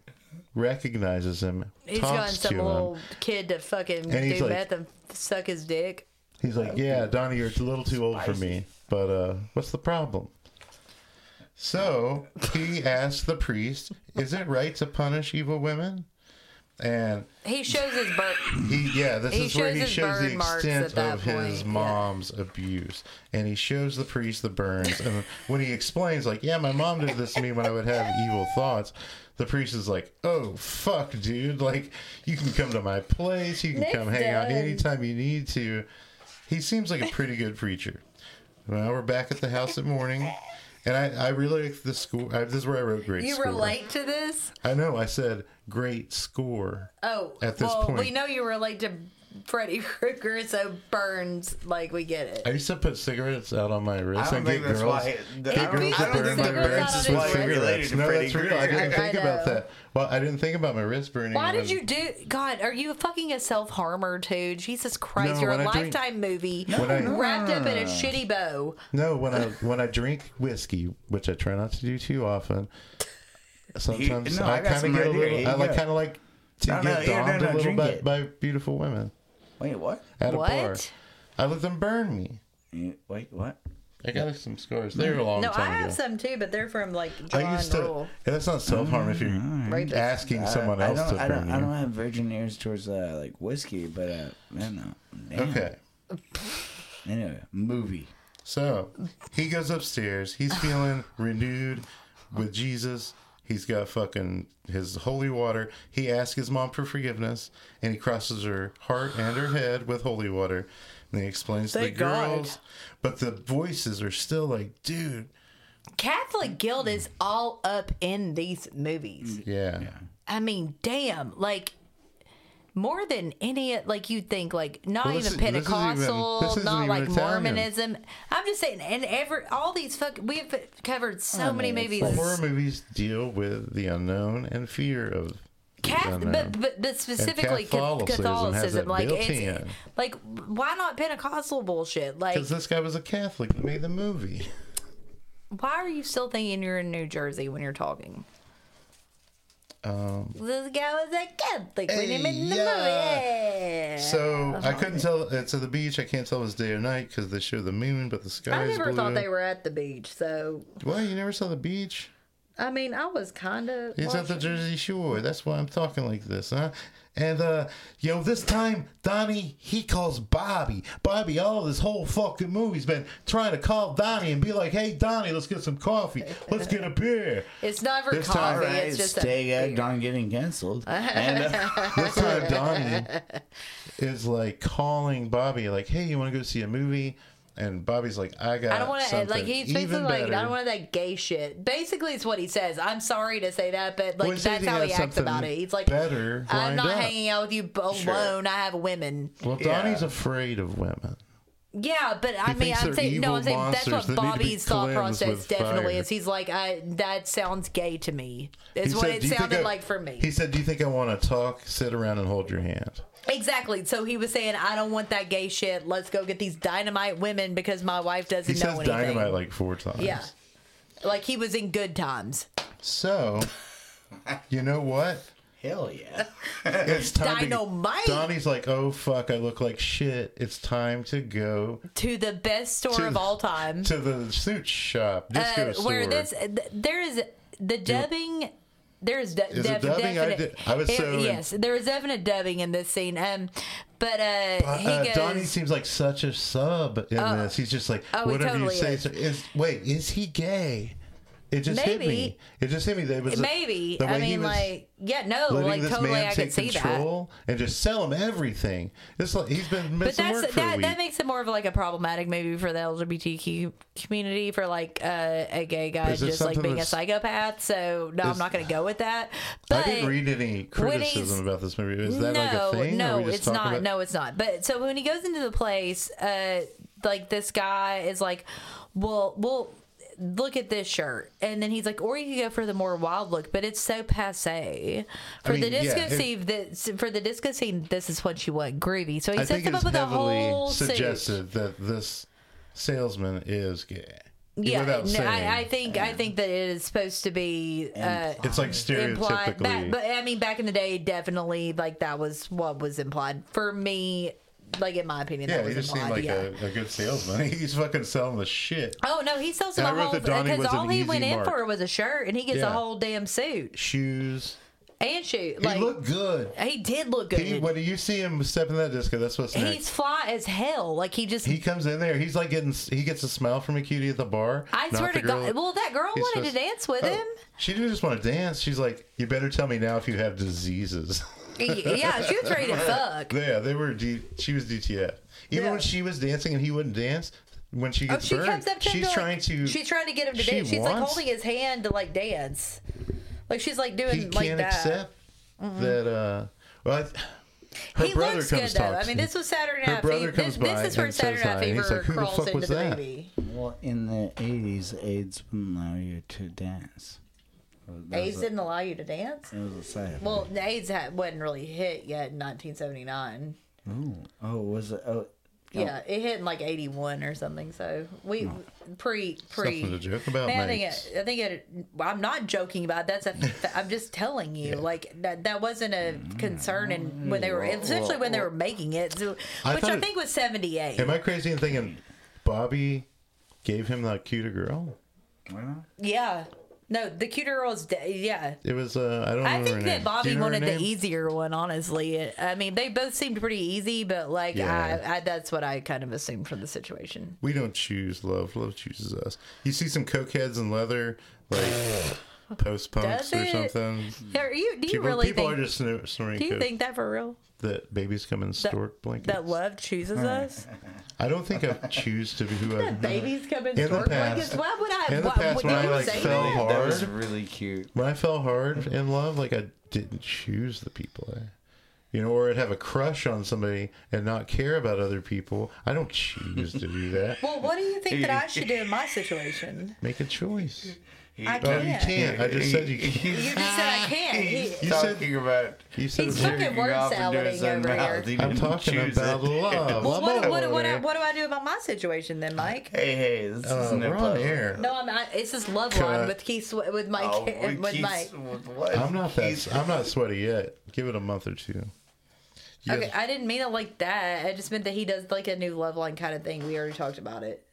C: Recognizes him.
A: He's
C: talks
A: gotten
C: to
A: some
C: him.
A: little kid to fucking
C: And he's
A: do
C: like-
A: meth and suck his dick.
C: He's like, yeah, Donnie, you're a little too old for me, but uh, what's the problem? So he asked the priest, is it right to punish evil women? And
A: He shows his butt.
C: he, yeah, this
A: He
C: is where
A: shows
C: he
A: his
C: shows the
A: burn marks
C: extent
A: at that
C: of his
A: point, yeah.
C: mom's abuse. And he shows the priest the burns. And when he explains, like, yeah, my mom did this to me when I would have evil thoughts, the priest is like, oh, fuck, dude. Like, you can come to my place. You can
A: Nick's
C: come hang out
A: done.
C: anytime you need to. He seems like a pretty good preacher. Well, we're back at the house at morning. And I, I really like this score. I, this is where I wrote great
A: You
C: score.
A: relate to this?
C: I know. I said great score.
A: Oh,
C: At this
A: well,
C: point.
A: we know you relate to Freddy Krueger, so Burns, like we get it.
C: I used to put cigarettes out on my
D: I
C: wrist
D: don't
C: and
D: think
C: get
D: that's
C: girls.
D: why.
C: get
D: I don't,
C: girls
D: I
C: to
D: don't
C: burn
D: think
C: my
D: the
A: burns
D: burns
A: is
D: is
A: out
C: wrists with
A: of
D: why
A: his way.
C: cigarettes.
D: related to
C: No,
D: Freddy
C: that's real. I
D: Krueger.
C: didn't think
A: I
C: about
A: know.
C: that. Well, I didn't think about my wrist burning.
A: Why
C: when-
A: did you do? God, are you fucking a self harmer too? Jesus Christ,
C: No,
A: you're
C: when
A: a
C: I drink-
A: lifetime movie
C: when I-
A: wrapped up in a shitty bow.
C: No, when I when I drink whiskey, which I try not to do too often, sometimes
D: no,
C: I,
D: I got
C: kind of
D: some
C: get
D: right
C: a
D: here.
C: little.
D: Here
C: I
D: you
C: like
D: go.
C: kind of like to
D: No, no,
C: get
D: here, no,
C: domed
D: no,
C: a little
D: drink
C: bit
D: it.
C: by beautiful women
B: Wait, what?
C: at a bar.
A: What?
C: I let them burn me.
B: You- Wait, what?
C: I got some scars. They were a long
A: No, I
C: time
A: have
C: ago.
A: some too, but they're from like
C: I
A: John
C: used to.
A: Rule.
C: Yeah, that's not self harm if
D: Mm,
C: you're
A: Rapist.
C: asking someone
B: I
C: else
B: don't.
C: to
B: I
C: burn
B: don't. I
C: you.
B: don't have virgin ears towards uh, like whiskey, but uh, man, no. Damn.
C: Okay.
B: Anyway, movie.
C: So he goes upstairs. He's feeling renewed with Jesus. He's got fucking his holy water. He asks his mom for forgiveness and he crosses her heart and her head with holy water. And he explains to the
A: Thank God.
C: girls. But the voices are still like, dude.
A: Catholic guilt is all
C: Mm.
A: up in these movies.
C: Yeah.
A: I mean, damn, like more than any like you'd think like not
C: Well, this
A: even
C: is- this isn't even-
A: Pentecostal,
C: this isn't
A: not
C: even
A: like
C: Italian.
A: Mormonism. I'm just saying, and every all these fuck we've covered so many
B: mean,
A: movies.
B: it's like-
C: Horror movies deal with the unknown and fear of.
A: Cath-
C: unknown.
A: but, but but specifically ca-
C: Catholicism
A: Catholicism,
C: has that
A: like
C: built
A: it's
C: in.
A: like why not Pentecostal bullshit? Like
C: Because this guy was a Catholic that made the movie.
A: why are you still thinking you're in New Jersey when you're talking?
C: Um,
A: This guy was a Catholic when he
C: Hey,
A: made the
C: yeah.
A: movie.
C: so I couldn't tell. It's at the beach. I can't tell if it's day or night because they show the moon, but the sky
A: I
C: is
A: never
C: blue.
A: thought they were at the beach, so
C: Well, you never saw the beach.
A: I mean, I was kind of.
C: It's at the Jersey Shore. That's why I'm talking like this, huh? And uh yo, this time Donnie he calls Bobby. Bobby, all this whole fucking movie's been trying to call Donnie and be like, "Hey, Donnie, let's get some coffee. Let's get a beer."
A: It's never
C: This
A: coffee.
C: time-
B: All right,
A: it's just
B: stay
A: a
B: gagged on getting canceled. And, uh,
C: This time Donnie is like calling Bobby, like, "Hey, you want to go see a movie?" And Bobby's like, "I got
A: I don't want to
C: something
A: like. He's basically
C: even
A: like,
C: better."
A: I don't want that gay shit. Basically, it's what he says. I'm sorry to say that, but like
C: Well, he says
A: that's
C: he
A: how he
C: has
A: acts about
C: something
A: it. He's like,
C: better
A: I'm
C: lined
A: not
C: up."
A: hanging out with you b- alone. I have women.
C: Well,
D: Yeah.
C: Donnie's afraid of women.
A: Yeah, but I
C: He
A: mean,
C: thinks
A: I'm
C: they're
A: saying no.
C: evil
A: I'm saying that's
C: monsters
A: what
C: that need to be
A: Bobby's thought
C: cleansed
A: process
C: with
A: definitely
C: fire.
A: is. He's like, I that sounds gay to me.
C: He
A: Is what
C: said,
A: it
C: "Do you think
A: sounded
C: I-"
A: like for me.
C: He said, "Do you think I want to talk, sit around, and hold your hand?"
A: Exactly. So he was saying, I don't want that gay shit. Let's go get these dynamite women because my wife doesn't
C: He
A: know
C: says
A: anything.
C: dynamite like four times.
A: yeah. Like he was in good times.
C: So, you know what?
B: hell yeah.
C: It's time
A: Dynamite?
C: To, Donnie's like, oh fuck, I look like shit. It's time to go
A: To the best store
C: To-
A: of all time.
C: to the suit shop, disco
A: uh,
C: store.
A: where this th- there is the dubbing there is, de-
C: Is
A: def-
C: it dubbing? I
A: definite
C: did- I was
A: it-
C: so in-
A: yes there is definite dubbing in this scene um but uh,
C: Uh,
A: he
C: uh,
A: goes
C: Donnie seems like such a sub in this. He's just like,
A: Oh, he
C: whatever
A: totally
C: you say.
A: is.
C: So is, wait, is he gay? It just hit me.
A: Maybe.
C: It just hit me. There was a-
A: maybe
C: the way
A: I
C: he
A: mean
C: was
A: like yeah no
C: letting
A: like
C: this
A: totally
C: man
A: I
C: take
A: could see that
C: control and just sell him everything. It's like he's been
A: but
C: missing work
A: that's
C: for a
A: that,
C: week.
A: that makes it more of like a problematic maybe for the LGBTQ community for like uh, a gay guy
C: Is it
A: just like
C: something
A: being a
C: that's-
A: psychopath. So no, I'm
C: Is-
A: not going to go with that.
C: I
A: But
C: didn't read any
A: he's-
C: criticism about this movie. Is that
A: no,
C: like a thing? Are
A: no,
C: we just
A: it's
C: talking
A: not.
C: about-
A: No, it's not. But so when he goes into the place, uh, like this guy is like, well, well. Look at this shirt, and then he's like, "Or you could go for the more wild look, but it's so passe." For the
C: mean, yeah,
A: disco
C: it-
A: scene, this, for the disco scene, this is what you want, groovy. So he
C: I
A: sets
C: think
A: him up
C: it's
A: with a
C: heavily
A: whole suit.
C: suggested that this salesman is gay.
A: Yeah,
C: Without
A: no,
C: saying.
A: I, I think I think that it is supposed to be uh,
C: it's like
A: implied. Back,
C: stereotypically.
A: but I mean, back in the day, definitely like that was what was implied for me. Like in my opinion,
C: yeah,
A: that
C: he
A: was
C: just
A: implied.
C: seemed like
A: yeah.
C: a, a good salesman. He's fucking selling the shit.
A: Oh no, he sells him a
C: And I wrote
A: whole
C: that Donnie
A: because
C: was
A: all
C: an
A: he
C: easy
A: went in
C: mark.
A: for was a shirt, and he gets a
C: Yeah.
A: whole damn suit
C: Shoes.
A: and shoot.
C: He
A: Like
C: looked good.
A: he did look good.
C: He, when you see him step in that disco, that's what's next.
A: He's fly as hell. Like he just.
C: he comes in there. He's like getting. He gets a smile from a cutie at the bar.
A: I
C: not
A: swear
C: the
A: to God.
C: girl-
A: Well, that girl
C: he's
A: wanted to
C: supposed-
A: dance with
C: Oh,
A: him.
C: She didn't just want to dance. She's like, "You better tell me now if you have diseases."
A: Y- yeah, she was ready to fuck.
C: Yeah, they were. D- she was DTF. Even
A: Yeah.
C: when she was dancing and he wouldn't dance, when she
A: Oh,
C: gets
A: she
C: burned,
A: comes up to him
C: she's
A: like-
C: trying to.
A: She's trying to get him to
C: she
A: dance. She's like
C: wants-
A: holding his hand to like dance. Like she's like doing
C: he
A: like
C: can't
A: that. Mm-hmm.
C: accept that. Uh, well, I, her
A: he
C: brother
A: looks
C: comes
A: good though.
C: talks
A: I mean,
C: to-
A: this was Saturday
C: Her
A: Night
C: brother
A: Fever. This,
C: comes
A: this
C: by
A: is where
C: and
A: Saturday
C: says
A: Night
C: hi. He's
A: Fever
C: like, "Who the
A: crawls
C: fuck
A: into
C: was
A: the
C: that?"
A: movie.
B: Well, in the 80s, AIDS wouldn't allow you to dance. That
A: AIDS
B: was a-
A: didn't allow you to dance.
B: It was a sad.
A: Well, the AIDS had, wasn't really hit yet in 1979.
B: Ooh. Oh, was it? Oh,
A: Yeah, it hit in like 81 or something. So we pre pre.
C: Nothing to joke about,
A: Man, I think
C: mate.
A: it, I think it. I'm not joking about it. that's a. I'm just telling you, like that. That wasn't a
C: Mm.
A: concern, and when they were essentially when they were making it, so,
C: I
A: which
C: thought
A: I
C: it-
A: think was 78.
C: Am I crazy in thinking Bobby gave him that cuter girl?
B: why not?
A: Yeah. No, the cuter girl is dead. Yeah.
C: It was. Uh, I don't.
A: I
C: remember
A: think
C: her
A: that
C: name. Do
A: Bobby
C: you know her
A: wanted the
C: name?
A: easier one, honestly. I mean, they both seemed pretty easy, but like,
C: Yeah.
A: I, I, that's what I kind of assumed from the situation.
C: We don't choose love. Love chooses us. You see some cokeheads in leather, like post punks
A: Does
C: or
A: it?
C: something.
A: Are you, do you
C: Mm. People,
A: really
C: people
A: think,
C: are just snor- snorting
A: do you
C: coke.
A: think that for real?
C: that babies come in stork blankets.
A: That love chooses us?
C: I don't think I choose to be who I.
A: Babies come in
C: Mm-hmm. In the
A: stork blankets?
C: past-
A: Why would I?
C: in the
A: why,
C: past
A: would
C: when I,
A: you
C: like,
A: say
C: fell-
A: that?
C: Hard.
D: That was really cute.
C: When I fell hard in love, like I didn't choose the people. I, you know, or I'd have a crush on somebody and not care about other people. I don't choose to do that.
A: Well, what do you think that I should do in my situation?
C: Make a choice.
A: I
C: Oh, you
A: Yeah.
C: can't. I just said you can't.
A: You
D: He's
A: just said I can't. He-
D: he's
C: You said-
D: talking about.
C: You said
A: He's
C: it was-
A: fucking
D: jerking
A: word
D: off and doing
A: salad-ing
D: something
A: over
D: else.
A: here.
D: He
C: I'm
D: didn't
C: talking
D: choose
C: about
D: it.
C: love.
A: Well,
C: Love
A: what, what,
C: over
A: what,
C: there.
A: what do I do about my situation then, Mike?
D: Hey, hey, this
C: Uh,
D: is
C: we're
D: Nippo.
C: on air.
A: No, I'm. I, it's this love
C: Cut.
A: line with Keith, Swe- with Mike,
D: Oh,
A: with
D: Keith's-
A: Mike.
D: with what?
C: I'm not that.
D: Keith's-
C: I'm not sweaty yet. Give it a month or two. You
A: Okay,
C: guys-
A: I didn't mean it like that. I just meant that he does like a new love line kind of thing. We already talked about it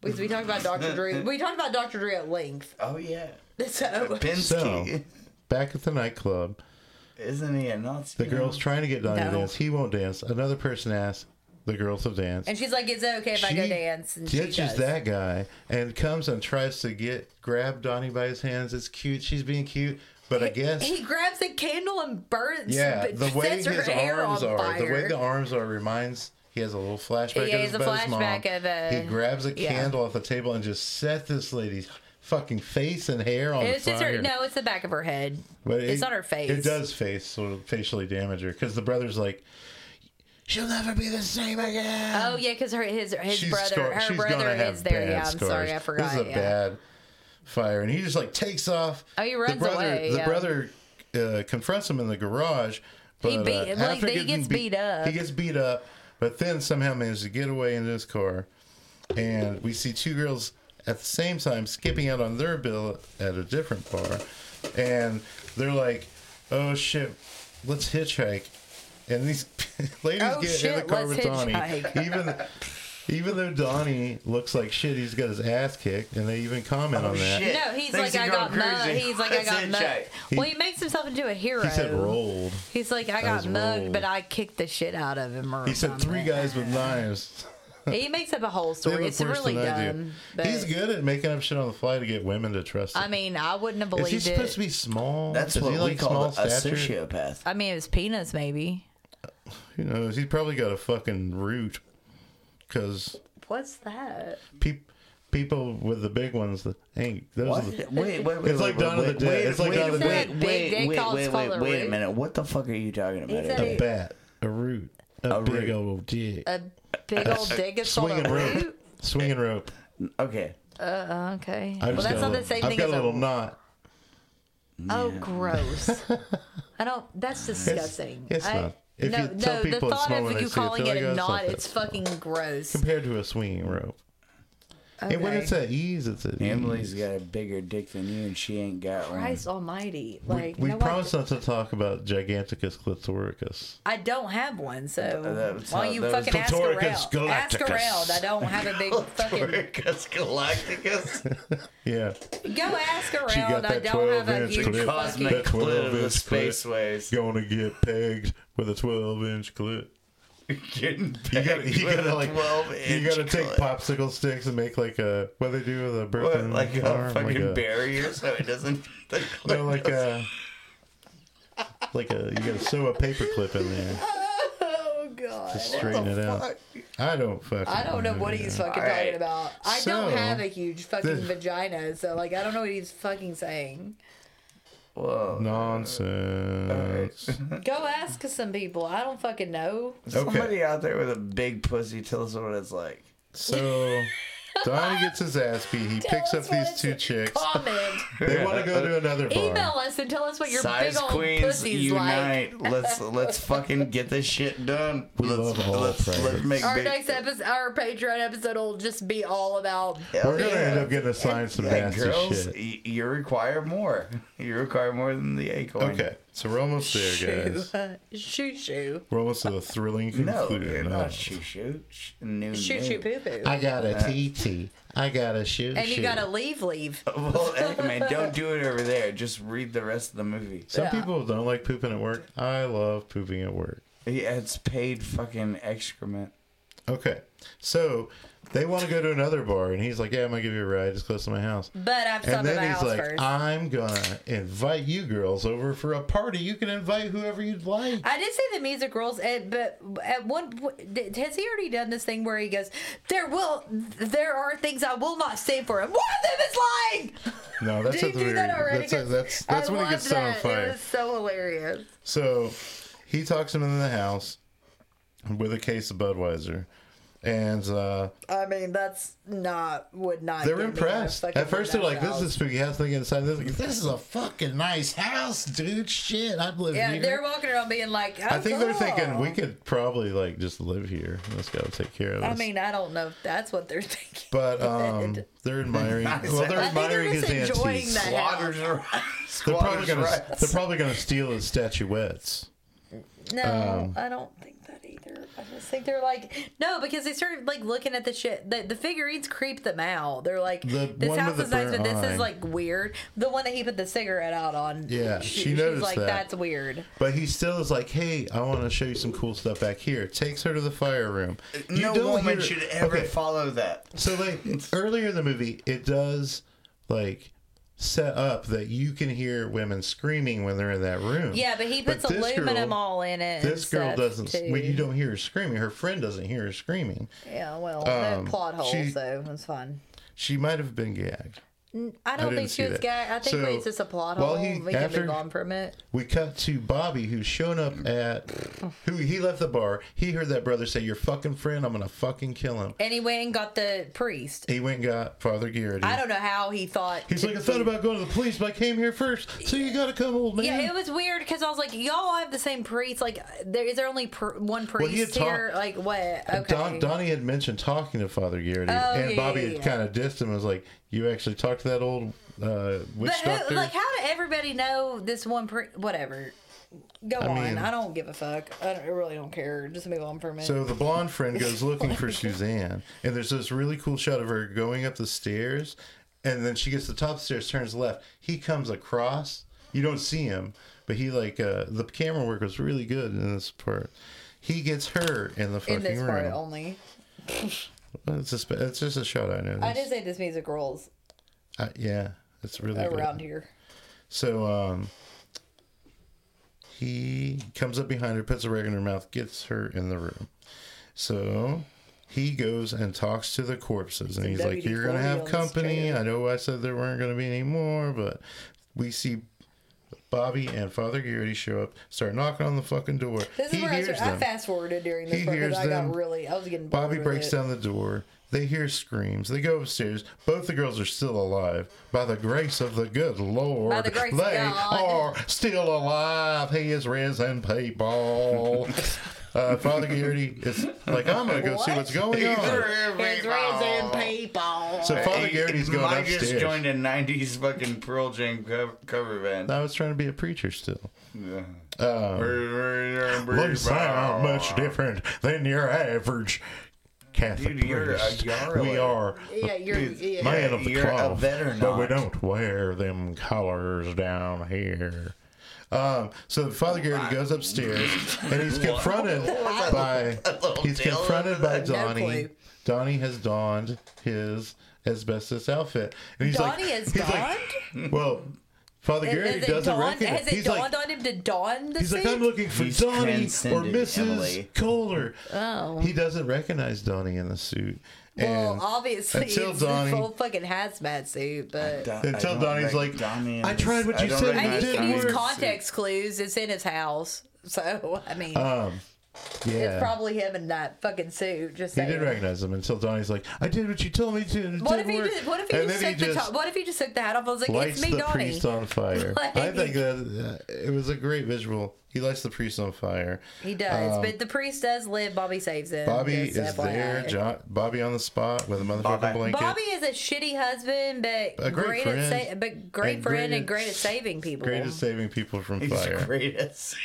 A: because we talked about Dr. Drew. We talked about Dr. Drew at length.
D: Oh yeah,
A: So
D: Pinsky.
C: So- Back at the nightclub,
D: Isn't he a Nazi?
C: the girl's trying to get Donnie to
A: No.
C: dance. He won't dance. Another person asks the girls to dance.
A: and she's like, "Is it okay if I go
C: She
A: dance?" And she
C: ditches
A: does.
C: that guy and comes and tries to get grab Donnie by his hands. It's cute. She's being cute, but I guess
A: He grabs a candle and burns.
C: yeah,
A: but
C: the way
A: sets
C: his
A: her hair
C: arms
A: on
C: are,
A: fire.
C: the way the arms are reminds he has a little flashback.
A: Yeah,
C: of
A: he
C: his,
A: has a
C: about his mom.
A: flashback of, uh,
C: He grabs a
A: yeah.
C: candle off the table and just set this lady's fucking face and hair on
A: it's
C: fire.
A: just her. No, it's the back of her head.
C: But
A: it's
C: it-
A: not her face.
C: It does face sort of facially damage her because the brother's like, "She'll never be the same again."
A: Oh yeah, because her his his
C: She's
A: brother
C: scar-
A: her
C: she's
A: brother
C: gonna have
A: is there.
C: bad
A: Yeah, I'm sorry,
C: scars.
A: I forgot.
C: This is a
A: yeah.
C: bad fire, and he just like takes off.
A: Oh, he runs
C: the brother,
A: away,
C: The
A: yeah.
C: brother uh, confronts him in the garage, but
A: beat
C: uh,
A: him, like,
C: after
A: he
C: getting
A: gets beat up.
C: He gets beat up, but then somehow manages to get away in his car, and we see two girls at the same time skipping out on their bill at a different bar, and they're like, "Oh shit, let's hitchhike." And these ladies
A: Oh,
C: get in the
A: shit,
C: car
A: let's
C: with Donnie.
A: hitchhike.
C: Even even though Donnie looks like shit, he's got his ass kicked, and they even comment
A: Oh,
C: on that.
D: shit.
A: No, he's
D: Thinks
A: like, I
D: he's
A: got
D: going
A: mugged.
D: crazy.
A: He's like, I
D: Let's
A: got mugged.
D: hitchhike.
A: Well, he makes himself into a hero.
C: He said rolled.
A: He's like, I
C: was
A: got mugged,
C: rolled.
A: but I kicked the shit out of him. Or
C: He said three
A: something.
C: guys with knives.
A: He makes up a whole
C: They
A: story.
C: look
A: It's
C: worse
A: really
C: than I do.
A: dumb. But
C: He's good at making up shit on the fly to get women to trust him.
A: I mean, I wouldn't have
C: is he
A: believed it.
C: supposed to be small?
D: That's
C: Is
D: what
C: he
D: we
C: like
D: call a
C: small stature?
D: sociopath.
A: I mean, it was penis, maybe.
C: Who knows? He's probably got a fucking root. Because
A: What's that?
C: pe- people with the big ones, that ain't those. Are
D: What?
C: the,
D: Wait, wait, wait.
C: It's like
D: wait,
C: Dawn of the
D: wait,
C: Dead.
D: Wait,
C: It's like
D: wait,
C: Dawn of the
D: wait,
C: Dead.
D: Wait, wait,
A: Big dick
D: wait,
A: calls
D: wait,
A: called a
D: wait, wait a
A: root.
D: minute. What the fuck are you talking about?
A: said
D: Eddie?
C: a bat, a root, a,
D: A
C: big
D: root.
C: old dick,
A: A big old dick is called
C: swinging
A: a
C: rope,
A: root.
C: swinging rope.
D: Okay.
A: Uh, okay. well,
C: I've just
A: that's not
C: got a
A: the
C: little-
A: same
C: I've
A: thing
C: got
A: as
C: a little knot.
A: Oh, gross. I don't. That's disgusting.
C: it's
A: I-
C: not. If
A: no,
C: you tell
A: no. The
C: people it's
A: thought
C: small when
A: of
C: they
A: you
C: see it,
A: calling
C: they're
A: it
C: like, "Oh,
A: a
C: it's not
A: knot,
C: that
A: it's fucking gross.
C: compared to a swinging rope. And when
A: Okay.
C: it's at ease, it's at
B: Emily's
C: ease.
B: got a bigger dick than you, and she ain't got
A: Christ Almighty!
C: We,
A: Like
C: we
A: no, I-
C: promised not to talk about Giganticus clitoricus.
A: I, don't have one, so
D: was
A: why
D: not-
A: you
D: that was
A: fucking ask around?
C: Clitoricus
A: Ask
C: galacticus.
A: around. I don't have a big fucking.
D: Dorcas Galacticus.
C: Yeah.
A: Go ask
C: got
A: around. I
C: that
A: don't have a
C: 12 inch
A: huge
C: clip.
A: fucking.
D: Cosmic
C: That's one
D: clip
C: of
D: of the
C: his clips.
D: spaceways.
C: Gonna get pegged with a 12 inch clip.
D: Getting
C: You
D: back
C: gotta, you
D: with
C: gotta
D: a
C: like,
D: 12 inch
C: you gotta take
D: clip.
C: popsicle sticks and make like a, what do they do with a
D: What,
C: broken
D: like a
C: arm?
D: fucking
C: like a,
D: barrier so it doesn't. The
C: no,
D: clip
C: like uh,
D: doesn't-
C: a, like a, you gotta sew a paper clip in there
A: Oh
C: to
A: god.
C: straighten it out. I don't fucking
A: I don't know what he's fucking
D: All right.
A: talking about. I don't
C: So,
A: have a huge fucking
C: this-
A: vagina, so like I don't know what he's fucking saying.
D: Whoa.
C: Nonsense.
A: Go ask some people. I don't fucking know.
D: Somebody out there with a big pussy, tell us what it's like.
C: So Donnie gets his ass beat. He picks up
A: us what
C: these two
A: it's-
C: chicks.
A: Comment.
C: They want to go to another bar.
A: Email us and tell us what your
D: Size
A: big old
D: queens
A: pussy's like.
D: unite. let's let's fucking get this shit done. We let's
C: love all
D: let's, let's
C: privates.
D: make
A: Our
D: big.
A: next episode, our Patreon episode will just be all about.
D: Hell
C: We're gonna
D: yeah.
C: end up getting assigned some
D: Hey,
C: nasty
D: girls,
C: shit.
D: y- you require more. You require more than the acorn.
C: Okay, so we're almost there, guys.
A: Shoo shoo.
C: We're almost to the thrilling
D: No, you're
C: conclusion.
D: not
C: of-
D: shoo shoo. Sh- New
A: Shoo
D: new.
A: shoo poo poo.
C: I got a TT. I got a shoot.
A: And you
C: shoot.
A: gotta leave, leave.
D: Well, hey, man, don't do it over there. Just read the rest of the movie.
C: Some
A: Yeah.
C: people don't like pooping at work. I love pooping at work.
D: Yeah, it's paid fucking excrement.
C: Okay, so they want to go to another bar, and he's like, "Yeah, I'm gonna give you a ride. It's close to my house."
A: But I have to stop
C: And
A: at my
C: then he's
A: house
C: like,
A: first. I-,
C: "I'm gonna invite you girls over for a party. You can invite whoever you'd like."
A: did say the music rules, and, but at one point, th- has he already done this thing where he goes, "There will, there are things I will not stand for, and one of them is lying."
C: No, that's
A: Did he
C: at the
A: do
C: very.
A: that already?
C: That's, that's, that's
A: I
C: when
A: loved
C: he gets set on
A: that. It
C: fire.
A: was so hilarious.
C: So He talks him into the house with a case of Budweiser. And uh,
A: I mean, that's not would not.
C: they're
A: get me in a
C: impressed.
A: fucking
C: At first, they're like,
A: McDonald's.
C: "This is a spooky house." They get inside. They're like, "This is a fucking nice house, dude. Shit, I'd live
A: Yeah,
C: here."
A: they're walking around being like,
C: I think they're thinking
A: "Oh."
C: we could probably like just live here. This guy will take care of us.
A: I mean, I don't know if that's what they're thinking.
C: but um, they're admiring. well, they're
A: I think they're
C: admiring
A: just
C: his
A: enjoying
C: antiques.
A: the house.
D: Squatters are
C: They're probably
D: squatters
C: gonna.
D: rights.
C: They're probably gonna steal his statuettes.
A: No,
C: um,
A: I don't think that either. I just think they're like no, because they started like looking at the shit. The, the figurines creep them out. They're like,
C: The
A: this
C: one
A: house
C: with
A: is
C: the
A: nice, but
C: burnt
A: this
C: eye.
A: is like weird. The one that he put the cigarette out on.
C: Yeah, she
A: she's
C: noticed
A: like,
C: that.
A: That's weird.
C: But he still is like, "Hey, I want to show you some cool stuff back here." Takes her to the fire room. You
D: no
C: don't hear-
D: woman should ever
C: Okay,
D: follow that.
C: So like earlier in the movie, it does like set up that you can hear women screaming when they're in that room.
A: Yeah, but he puts
C: this
A: aluminum
C: girl-
A: all in it. and
C: This girl
A: stuff,
C: doesn't.
A: Too.
C: Well, you don't hear her screaming. Her friend doesn't hear her screaming.
A: Yeah, well,
C: Um,
A: no plot hole,
C: she-
A: so it's fine.
C: She might have been gagged.
A: I don't
C: didn't
A: think she
C: see
A: was
C: that.
A: gay. I think
C: So,
A: it's just a plot
C: while
A: hole.
C: he-
A: we
C: after-
A: can move on from it.
C: We cut to Bobby, who's shown up at. Who he left the bar. He heard that brother say, "Your fucking friend. I'm gonna fucking kill him."
A: Anyway, and got the priest.
C: He went and got Father Garrity.
A: I don't know how he thought.
C: He's like, I thought about going to the police, but I came here first. So you gotta come, old man.
A: Yeah, it was weird because I was like, y'all have the same priest. Like, there is there only pr- one
C: he had
A: priest
C: talked-
A: here? Like, what? Okay. Oh,
C: Don, Donnie had mentioned talking to Father Garrity, and
A: yeah,
C: Bobby
A: yeah,
C: had
A: yeah.
C: kind of dissed him. and Was like, "You actually talked to that old uh, witch
A: but who,
C: doctor?"
A: like, how did everybody know this one priest? Whatever. Go on.
C: mean-
A: I don't give a fuck. I, don't, I really don't care. Just move on from it.
C: So the blonde friend goes looking for Suzanne, and there's this really cool shot of her going up the stairs, and then she gets to the top stairs, turns left. He comes across. You don't see him, but he like uh, the camera work was really good in this part. He gets her in the fucking
A: in this
C: room.
A: part only.
C: It's, just, it's just a shot I noticed.
A: I just say this music rolls
C: Uh, yeah, it's really good.
A: around here.
C: So um, he comes up behind her, puts a rag in her mouth, gets her in the room. So he goes and talks to the corpses, and he's like, "You're gonna
A: WD-40
C: have
A: on this
C: company.
A: trailer."
C: I know I said there weren't gonna be any more, but we see." Bobby and Father Garrity show up, start knocking on the fucking door.
A: This is
C: he
A: where I,
C: hears
A: started, I
C: them.
A: fast forwarded during this
C: He
A: part because
C: hears
A: I got
C: them.
A: really. I was getting. bored
C: Bobby
A: with
C: breaks
A: it.
C: down the door. They hear screams. They go upstairs. Both the girls are still alive. By the grace of the good Lord,
A: By the grace of
C: they
A: God.
C: are still alive. He is risen, people. uh, Father Garrity is like, I'm going to go see
A: What?
C: what's going on.
A: It's raising people.
C: So Father Garrity's going
D: Mike just
C: upstairs.
D: joined a '90s fucking Pearl Jam co- cover band.
C: I was trying to be a preacher still. Looks
D: Looks
C: not much different than your average Catholic
D: Dude, you're a
C: priest. we
D: Yarrow.
C: are
A: Yeah, you're. Yeah.
C: man of the
D: You're a
C: cloth,
D: veteran.
C: but we don't wear them collars down here. Um, so Father Garrity goes upstairs, and he's confronted by he's
D: tail
C: confronted by Donnie.
A: clue.
C: Donnie has donned his asbestos outfit, and he's
A: Donnie
C: like,
A: is
C: he's
A: dawned.
C: like, well, Father Garrity
A: Has it
C: doesn't
A: dawned?
C: recognize.
A: Has it
C: he's like,
A: dawned on him to dawn the
C: He's like, I'm
A: suit?
C: looking for
D: He's
C: Donnie or
D: transcended
C: Mrs.
D: Emily."
C: Kohler.
A: Oh.
C: He doesn't recognize Donnie in the suit.
A: Well,
C: And
A: obviously,
C: until
A: it's
C: Donnie-
A: the full fucking hazmat suit, but.
C: Until Donnie's like, "I tried what you said, and
A: I
C: it
A: mean, he
C: didn't
A: can use
C: work."
A: context clues. It's in his house. So, I mean,
C: Oh, um, yeah.
A: it's probably him in that fucking suit. Just
C: he
A: saying.
C: didn't recognize him until Donnie's like, I did what you told me to. and it
A: What if
C: didn't
A: he
C: work."
A: just, what if he
C: and
A: just
C: then
A: took
C: he
A: the
C: just
A: top, what if he just took the hat off? I was like,
C: lights
A: it's me,
C: the
A: Donnie.
C: priest on fire.
A: Like-
C: I think that uh, it was a great visual. He lights the priest on fire.
A: He does, but the priest does live. Bobby saves him.
C: Oh. Bobby
A: just
C: is
A: FYI.
C: there. Jo- Bobby on the spot with a motherfucking
D: Bobby.
C: blanket.
A: Bobby is a shitty husband, but
C: A great
A: great, at
C: friend.
A: sa- but great
C: And
A: friend
C: great
A: and
C: at-
A: great at saving people.
C: Great at saving people from
D: He's
C: fire.
D: great at saving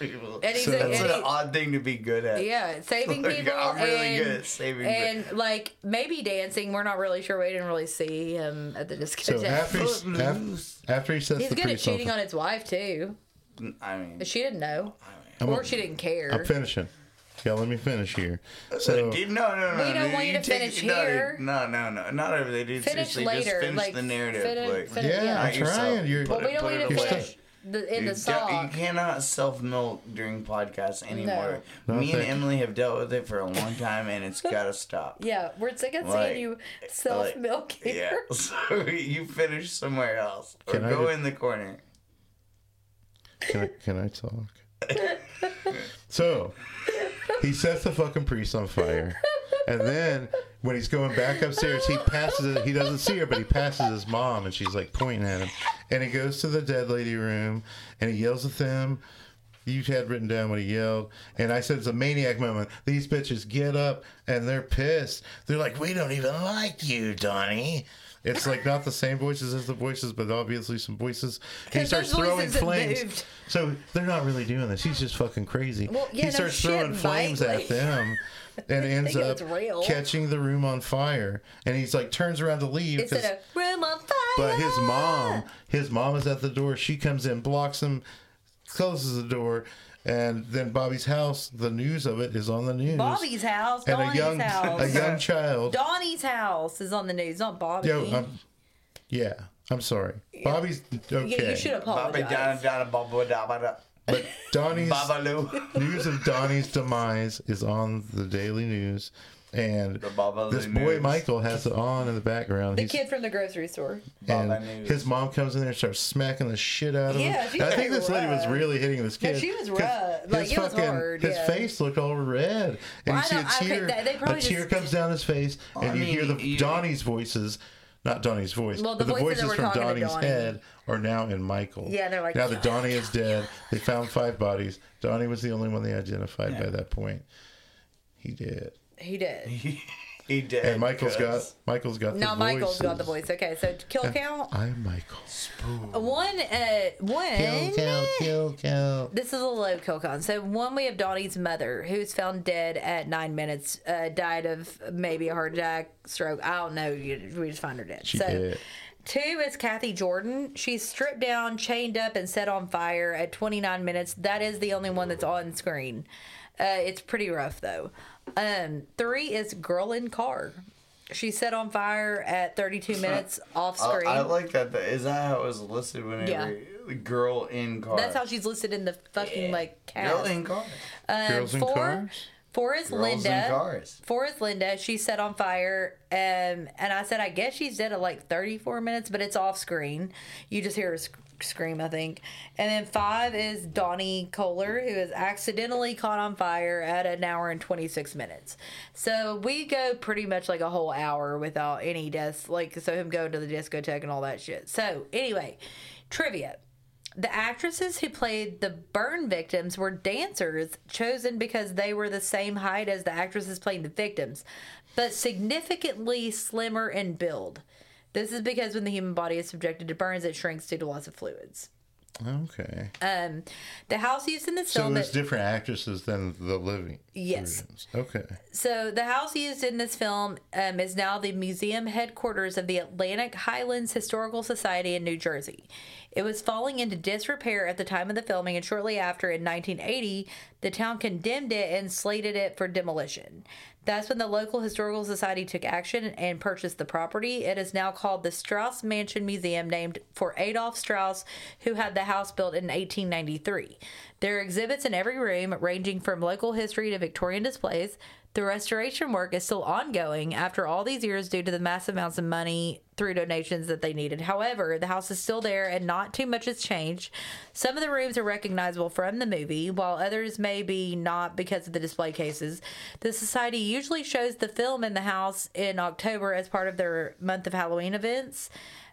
D: people.
A: And he's
C: So-
A: a,
D: That's
A: and
D: an
A: he-
D: odd thing to be good at.
A: yeah, saving
D: Like,
A: people.
D: I'm really
A: and,
D: good at saving
A: and like maybe dancing. We're not really sure. We didn't really see him at the
C: So
A: discussion.
C: after, he- af- after he sets
A: He's
C: the
A: good at
C: priest on
A: cheating
C: fire,
A: on his wife too.
D: I mean,
A: She didn't know,
C: I'm
A: or
C: a-
A: she didn't care.
C: I'm finishing. Y'all let me finish here. So
D: dude, no, no, no.
A: We don't
D: dude,
A: want you to
D: take-
A: finish
D: no, dude,
A: here.
D: No, no, no, not over there, dude.
A: Finish
D: Seriously,
A: later,
D: just finish
A: like,
D: the narrative.
A: finish-
D: like,
A: finish-
C: yeah,
A: Yeah.
C: I'm
D: Yourself.
C: trying. You're
D: But
A: but we don't
D: put
A: want you
D: it
A: to
D: away.
A: finish the, in
D: You
A: the
D: don't-
A: song.
D: You cannot self milk during podcasts anymore.
C: thank
D: Me and
C: you.
D: Emily have dealt with it for a long time, and it's gotta stop.
A: Yeah, we're sick of
D: Like-
A: seeing you self milking.
D: Yeah. So you finish somewhere else or
C: Can I
D: go
C: just-
D: in the corner.
C: Can I, can I talk? So he sets the fucking priest on fire. And then when he's going back upstairs, he passes it. He doesn't see her, but he passes his mom and she's like pointing at him. And he goes to the dead lady room and he yells at them. You had written down what he yelled. And I said, it's a maniac moment. These bitches get up and they're pissed. They're like, we don't even like you, Donnie. It's like not the same voices as the voices, but obviously some voices. He
A: 'Cause
C: starts
A: those
C: throwing
A: voices have
C: flames.
A: moved.
C: So they're not really doing this. He's just fucking crazy.
A: Well, yeah,
C: he
A: no
C: starts
A: shit,
C: throwing flames
A: right? Like-
C: at them and ends
A: think
C: up
A: it's real.
C: catching the room on fire. And he's like turns around to leave.
A: Instead
C: 'cause-
A: of "Ah!" room on fire.
C: but his mom, his mom is at the door. She comes in, blocks him, closes the door, and then Bobby's house. The news of it is on the news.
A: Bobby's house,
C: and
A: Donnie's
C: a young
A: house.
C: a young child.
A: Donnie's house is on the news, not Bobby.
C: Yo, I'm, yeah, I'm sorry. Bobby's okay.
A: Yeah, you should
D: Bobby
A: apologize.
D: Donna Donna Baba Daba
C: But Donnie's
D: Babaloo.
C: news of Donnie's demise is on the daily news, and
D: Baba
C: this
D: Lou
C: boy
D: news.
C: Michael has it on in the background.
A: The
C: He's-
A: kid from the grocery store.
C: and
D: Baba news.
C: his mom comes in there and starts smacking the shit out of
A: Yeah,
C: him.
A: she
C: And I
A: was
C: think this lady was
A: rough.
C: really hitting this
A: No,
C: kid.
A: she was
C: 'cause
A: rough. Like,
C: his
A: it was hard,
C: His
A: yeah.
C: face looked all red,
A: Well,
C: and you
A: I
C: see a
A: don't- I- okay,
C: tear.
A: they- they
C: a
A: probably
C: tear
A: just-
C: comes down his face, and you
D: mean,
C: hear the
D: you-
C: Donnie's voices. Not Donnie's voice.
A: Well, the
C: but the
A: voices
C: voices
A: that were
C: from
A: talking to
C: Donnie's
A: Donnie.
C: head are now in Michael.
A: Yeah, they're like,
C: now that
A: "Kill him,
C: Donnie is dead, they found five bodies. Donnie was the only one they identified by that point. He did,
A: He did.
D: He did.
C: and Michael's got
D: because-
C: Michael's got the
A: No, Michael's got the
C: voices.
A: voice. Okay, so kill count.
C: I'm Michael.
A: One, uh, one.
C: Kill, kill, kill, kill.
A: This is a low kill count. So one, we have Donnie's mother, who's found dead at nine minutes, uh, died of maybe a heart attack, stroke. I don't know. You- We just find her dead.
C: She
A: so
C: did.
A: two is Kathy Jordan. She's stripped down, chained up, and set on fire at 29 minutes. That is the only one that's on screen. Uh, it's pretty rough though. Um, three is girl in car. She's set on fire at 32 minutes off
D: Uh, I,
A: screen.
D: I like that. That- Is that how it was listed when
A: Yeah.
D: every girl in car?
A: that's how she's listed in the fucking like cast.
D: girl in car.
A: Um,
C: Girls in
A: four,
C: cars?
A: Four is
D: Girls in
A: Linda.
D: cars.
A: Four is Linda. She's set on fire. Um, and I said, I guess she's dead at like 34 minutes, but it's off screen. You just hear her sc- scream, I think. And then five is Donnie Kohler, who is accidentally caught on fire at an hour and 26 minutes. So we go pretty much like a whole hour without any deaths. Like, so him going to the discotheque and all that shit. So, anyway, trivia. The actresses who played the burn victims were dancers chosen because they were the same height as the actresses playing the victims, but significantly slimmer in build. This is because when the human body is subjected to burns, it shrinks due to loss of fluids.
C: Okay.
A: Um, the house used in the
C: so it
A: film
C: was
A: that-
C: different actresses than the living.
A: Yes.
C: versions. Okay.
A: So the house used in this film um, is now the museum headquarters of the Atlantic Highlands Historical Society in New Jersey. It was falling into disrepair at the time of the filming, and shortly after, in 1980, the town condemned it and slated it for demolition. That's when the local historical society took action and purchased the property. It is now called the Strauss Mansion Museum, named for Adolf Strauss, who had the house built in 1893. There are exhibits in every room, ranging from local history to Victorian displays. The restoration work is still ongoing after all these years due to the massive amounts of money through donations that they needed. However, the house is still there and not too much has changed. Some of the rooms are recognizable from the movie, while others may be not because of the display cases. The society usually shows the film in the house in October as part of their month of Halloween events.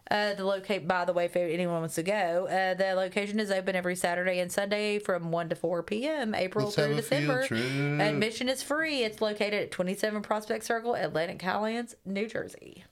A: Uh, the locate, by the way, if anyone wants to go, uh, the location is open every Saturday and Sunday from 1 to 4 p.m. April
C: Let's have
A: through
C: a field
A: December.
C: trip.
A: Admission is free. It's located at 27 Prospect Circle, Atlantic Highlands, New Jersey.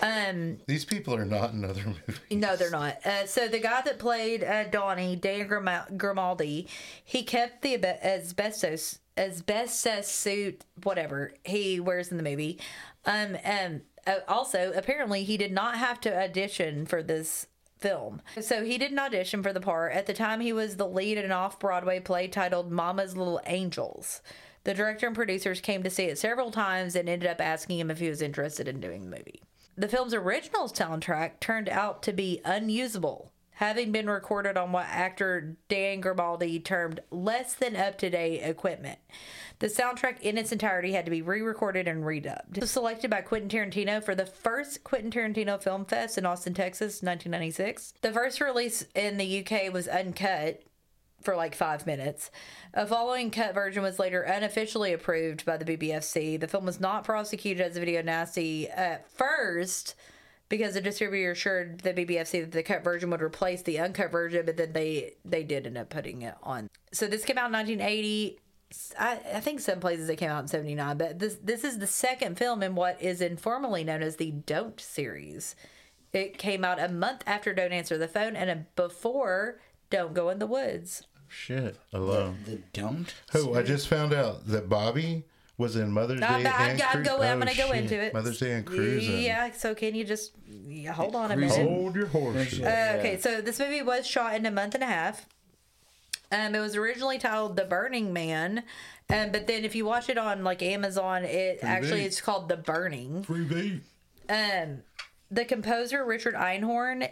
A: Um,
C: These people are not in other movies.
A: no, they're not. Uh, so the guy that played uh, Donnie, Dan Grima- Grimaldi, he kept the abe- asbestos asbestos suit, whatever he wears in the movie. Um, and uh, also apparently he did not have to audition for this film. So he didn't audition for the part. At the time, he was the lead in an off Broadway play titled Mama's Little Angels. The director and producers came to see it several times and ended up asking him if he was interested in doing the movie. The film's original soundtrack turned out to be unusable, having been recorded on what actor Dan Grimaldi termed less than up to date equipment. The soundtrack in its entirety had to be re recorded and redubbed. It was selected by Quentin Tarantino for the first Quentin Tarantino Film Fest in Austin, Texas, 1996. The first release in the UK was uncut, for like five minutes. A following cut version was later unofficially approved by the BBFC. The film was not prosecuted as a video nasty at first because the distributor assured the BBFC that the cut version would replace the uncut version, but then they they did end up putting it on. So this came out in 1980. I, I think some places it came out in 79, but this this is the second film in what is informally known as the Don't series. It came out a month after Don't Answer the Phone and a before Don't Go in the Woods.
C: Shit. Alone.
B: The dumped.
C: Oh, I just found out that Bobby was in Mother's
A: I'm,
C: Day.
A: I'm,
C: and
A: I'm,
C: Cru-
A: going, I'm
C: Oh,
A: going to go
C: shit.
A: into it.
C: Mother's Day and cruising.
A: Yeah, so can you just yeah, hold on a minute?
D: Cruising.
C: Hold your horses.
A: Uh, okay, so this movie was shot in a month and a half. Um, it was originally titled The Burning Man, um, but then if you watch it on like Amazon, it actually
C: big.
A: it's called The Burning.
C: Free beat.
A: Um, the composer Richard Einhorn.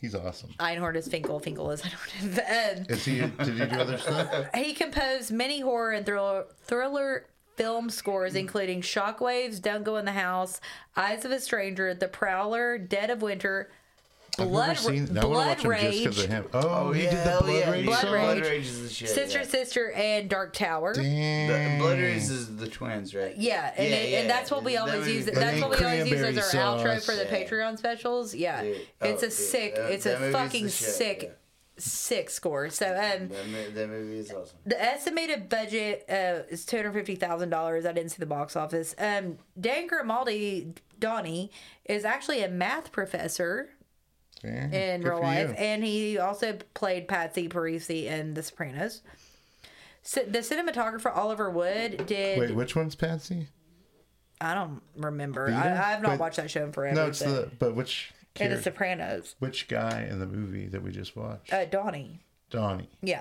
C: He's awesome.
A: Einhorn is Finkel. Finkel is Einhorn. um,
C: Is he? Did he do other stuff?
A: he composed many horror and thriller thriller film scores, including Shockwaves, Don't Go in the House, Eyes of a Stranger, The Prowler, Dead of Winter,
C: I've
A: Blood,
C: never seen.
A: Blood
C: I want to watch him just
A: Rage,
C: because of him. Oh, he did
D: hell
C: the Blood Rage
A: Blood
C: song.
A: Rage.
D: is the shit.
A: Sister
D: yeah.
A: Sister, and Dark Tower.
D: The,
C: Damn.
D: Blood Rage is the twins, right?
A: Yeah, and, it, and that's what we
D: That
A: always
D: would-
A: use.
D: that
A: That's
C: ain't
A: what we always use
C: cranberry
A: as our outro
C: sauce.
A: for the
D: Yeah.
A: Patreon specials. Yeah,
D: Dude,
A: it's
D: oh,
A: a
D: dude,
A: sick,
D: that-
A: it's
D: that
A: a
D: movie's the
A: fucking
D: shit,
A: sick,
D: yeah.
A: sick score. So um,
D: That, mo- that movie is awesome.
A: the estimated budget uh, is two hundred fifty thousand dollars. I didn't see the box office. Um, Dan Grimaldi Donnie is actually a math professor
C: Damn.
A: in
C: Good
A: real
C: for
A: life,
C: you.
A: and he also played Patsy Parisi in The Sopranos. So the cinematographer Oliver Wood did.
C: Wait, which one's Patsy?
A: I don't remember.
C: You don't?
A: I, I've not
C: But-
A: watched that show in forever.
C: No, it's
A: but-
C: the. But which?
A: and The
C: character-
A: Sopranos.
C: Which guy in the movie that we just watched?
A: Uh, Donnie.
C: Donnie.
A: Yeah.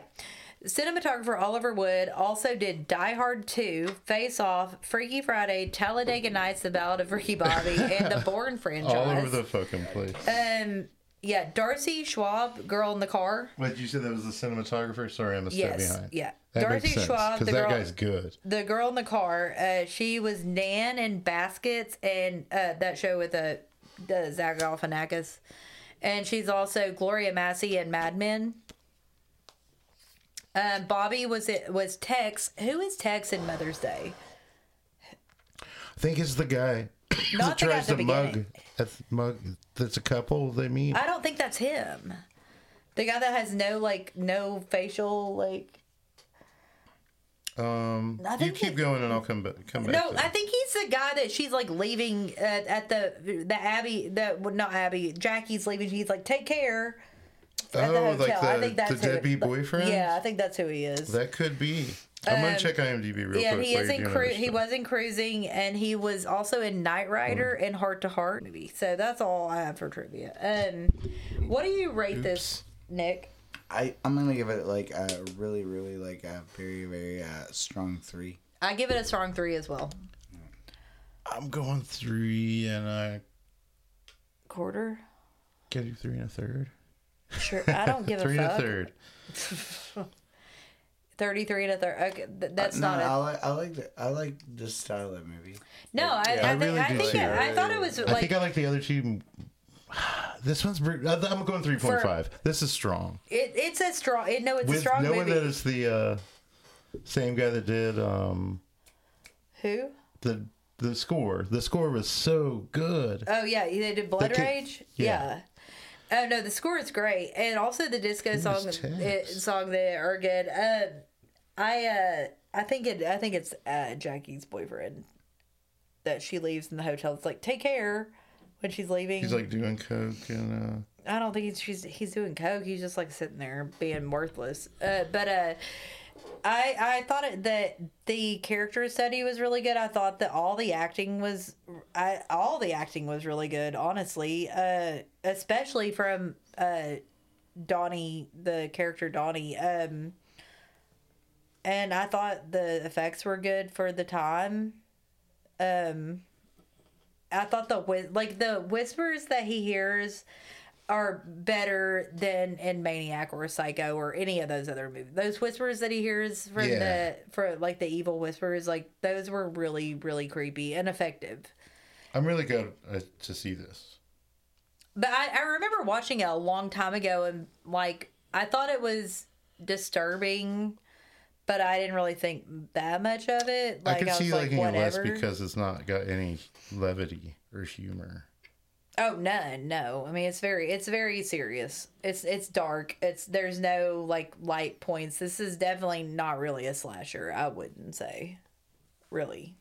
A: Cinematographer Oliver Wood also did Die Hard 2, Face Off, Freaky Friday, Talladega Nights, The Ballad of Ricky Bobby, and the Bourne franchise.
C: All over the fucking place.
A: Um, yeah, Darcy Schwab, Girl in the Car.
C: Wait, you said that was the cinematographer? Sorry, I'm a step
A: Yes,
C: behind.
A: yeah.
C: That
A: Dorothy
C: makes sense,
A: Schwab, the
C: because that
A: girl-
C: guy's good.
A: The Girl in the Car. Uh, she was Nan in Baskets and uh, that show with uh, uh, Zach Galifianakis. And she's also Gloria Massey in Mad Men. Um, Bobby was it was Tex. Who is Tex in Mother's Day?
C: I think it's the guy
A: Not
C: that
A: the guy at
C: tries
A: the
C: to mug.
A: beginning.
C: That's mug. That's a couple. They meet.
A: I don't think that's him. The guy that has no like no facial like.
C: Um,
A: I
C: you
A: think
C: keep
A: it-
C: going, and I'll come back. Come back.
A: No,
C: to
A: I
C: that.
A: think he's the guy that she's like leaving uh, at the the Abbey. The well, not Abbey. Jackie's leaving. She's like, take care. at the
C: oh,
A: hotel.
C: like the,
A: I think that's
C: the
A: who-
C: deadbeat boyfriend.
A: Yeah, I think that's who he is.
C: that could be. I'm gonna
A: Um,
C: check IMDb real
A: yeah,
C: quick.
A: he is
C: while you're
A: in
C: doing
A: cru-
C: other
A: he
C: stuff.
A: was in cruising and he was also in Knight Rider
C: Mm-hmm.
A: and Heart to Heart movie. So that's all I have for trivia. Um what do you rate this, Nick?
B: I I'm gonna give it like a really really like a very very uh, strong three.
A: I give it a strong three as well.
C: I'm going three and I
A: Quarter?
C: get you three and a third.
A: Sure. I don't give
C: Three
A: a
C: and a
A: fuck.
C: third.
A: Thirty three and a third. Okay, th-
C: Uh,
A: that's
B: No,
A: not a
B: I like I like the I like the style of movie.
A: No, I,
C: I
A: I, think
C: really
A: I
C: do
A: think
C: too.
A: I, I thought it was
C: I think
A: like
C: I like the other two. m- This one's. br- I- I'm going three point five. This is strong.
A: it, it's a strong it, no, it's a
C: With
A: strong
C: knowing
A: movie.
C: that it's the uh, same guy that did um,
A: Who?
C: the the score. The score was so good.
A: Oh yeah, they did Blood
C: They could-
A: Rage. Yeah.
C: yeah.
A: Oh no, the score is great, and also the disco song
C: Tex?
A: it, song they are good. Uh, I uh, I think it I think it's uh, Jackie's boyfriend that she leaves in the hotel. It's like take care when she's leaving.
C: He's like doing coke and uh,
A: I don't think he's she's, he's doing coke. He's just like sitting there being worthless. Uh, but uh, I I thought it, that the character study was really good. I thought that all the acting was I all the acting was really good. Honestly, uh, especially from uh, Donnie the character Donnie. Um, and I thought the effects were good for the time. Um, I thought the whis- like the whispers that he hears are better than in Maniac or Psycho or any of those other movies. Those whispers that he hears from
C: Yeah.
A: the for like the evil whispers, like those were really really creepy and effective.
C: I'm really glad uh, to see this.
A: But I, I remember watching it a long time ago and like I thought it was disturbing, but I didn't really think that much of it. Like I,
C: I could
A: was
C: see
A: like,
C: liking it less
A: whatever.
C: because it's not got any levity or humor.
A: Oh none, no. I mean it's very it's very serious. It's it's dark. It's there's no like light points. This is definitely not really a slasher, I wouldn't say. Really.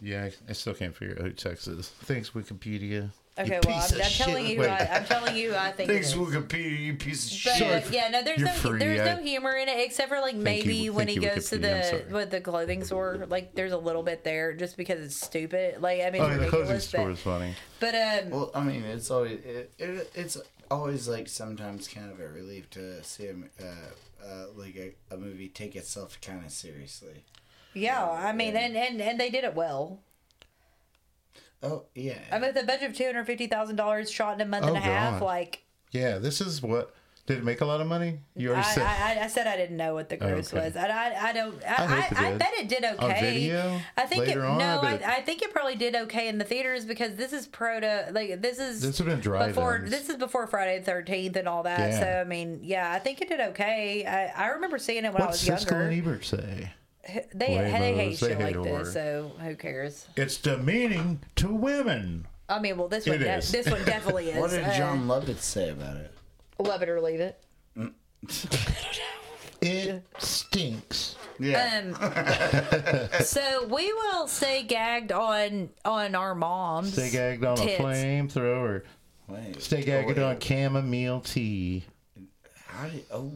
C: Yeah, I, I still can't figure out who Tex is. Thanks, Wikipedia.
A: Okay, well
B: piece
A: I'm,
B: of
A: I'm telling
B: shit.
A: you
C: Wait.
A: I, I'm telling you I think it
D: Thanks,
A: is.
D: Wikipedia, you piece of
A: But
D: shit.
C: Sorry.
A: yeah, no, there's
C: You're
A: no
C: free,
A: there's
C: I-
A: no humor in it except for like maybe
C: you-
A: when he
C: thank you,
A: goes to
C: Wikipedia, I'm
A: the
C: sorry.
A: with the clothing store, like there's a little bit there just because it's stupid. Like I mean,
C: Oh,
A: it's
C: yeah, the closing
A: ridiculous,
C: store is funny.
A: but, but um,
B: Well, I mean, it's always it, it, it's always like sometimes kind of a relief to see a, m- uh, uh, like a, a movie take itself kind of seriously.
A: yeah, I mean, and, and and they did it well.
B: Oh yeah,
A: I mean, with a budget of two hundred fifty thousand dollars, shot in a month and
C: Oh,
A: a half,
C: God.
A: like
C: Yeah, this is what. Did it make a lot of money? You
A: I,
C: already said.
A: I, I said, I didn't know what the gross
C: okay.
A: was. I, I, I don't. I,
C: I hope it Oh,
A: I, I,
C: did.
A: bet it did okay.
C: video?
A: I think
C: Later
A: it,
C: on, I
A: no. I,
C: bet it-
A: I, think it probably did okay in the theaters because this is proto. Like this is
C: This would've been drive-ins.
A: before. This is before Friday the Thirteenth and all that.
C: Yeah.
A: So I mean, yeah, I think it did okay. I, I remember seeing it when
C: What's
A: I was
C: Siskel and
A: younger.
C: Ebert say?
A: They, they hate
C: Huevos, they
A: shit
C: hate
A: like
C: horror.
A: this, so who cares?
C: It's demeaning to women.
A: I mean, well, this one,
C: It
A: de-
C: is.
A: this one definitely is.
B: what did
A: Uh,
B: John Lovitz say about it?
A: love it or leave it?
C: It stinks.
B: Yeah,
A: Um, so we will stay gagged on on our moms.
C: Stay gagged on
A: Tits.
C: a flamethrower.
B: wait,
C: Stay gagged on chamomile tea.
B: how did oh.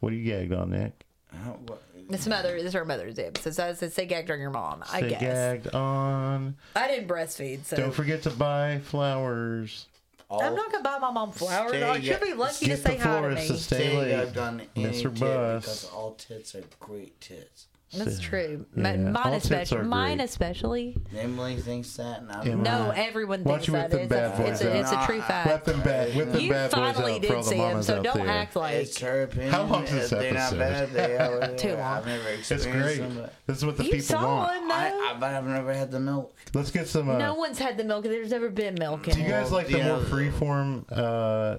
C: What are you gagged on, Nick?
B: how- what-
A: This mother, this is her mother's dip. So I said, stay gagged on your mom. I
C: Stay
A: guess
C: gagged on.
A: I didn't breastfeed, so
C: Don't forget to buy flowers.
A: I'm not gonna buy my mom flowers.
B: Stay
A: I should
B: ga-
A: be lucky to
C: Get the
A: say hi to
C: florist to
A: me.
C: stay
B: Say
C: late.
B: I've done any
C: Mr.
B: tit because
C: Bus.
B: all tits are great tits.
A: That's true.
C: Yeah.
A: M Mine
C: All tits
A: especially.
C: are
A: Mine
C: great.
A: especially.
B: Emily thinks that, and I'm
C: Emily.
A: No,
C: Right.
A: everyone
C: Watch
A: thinks
C: you with
A: that
C: them
A: it's a,
C: bad
A: it's, a,
B: boys
A: it's a
B: out.
A: true
B: Nah,
A: fact.
C: Let them bad, with them
A: You
C: bad boys
A: finally
C: out for all
A: did
C: the
A: see him,
C: mamas
A: so
C: out
A: don't
C: there.
A: act like
B: It's her opinion.
C: How long's this
B: They're not
C: episode?
B: bad. They are.
A: Too long.
B: I've never
C: It's
B: experienced
C: great.
B: them, but-
C: This is what the
A: you
C: people
A: saw
C: want.
A: him though.
B: I, I, but I've never had the milk.
C: Let's get some. Uh,
A: no one's had the milk. There's never been milk in
C: do you
A: it.
C: guys like the
B: Yeah.
C: more freeform uh,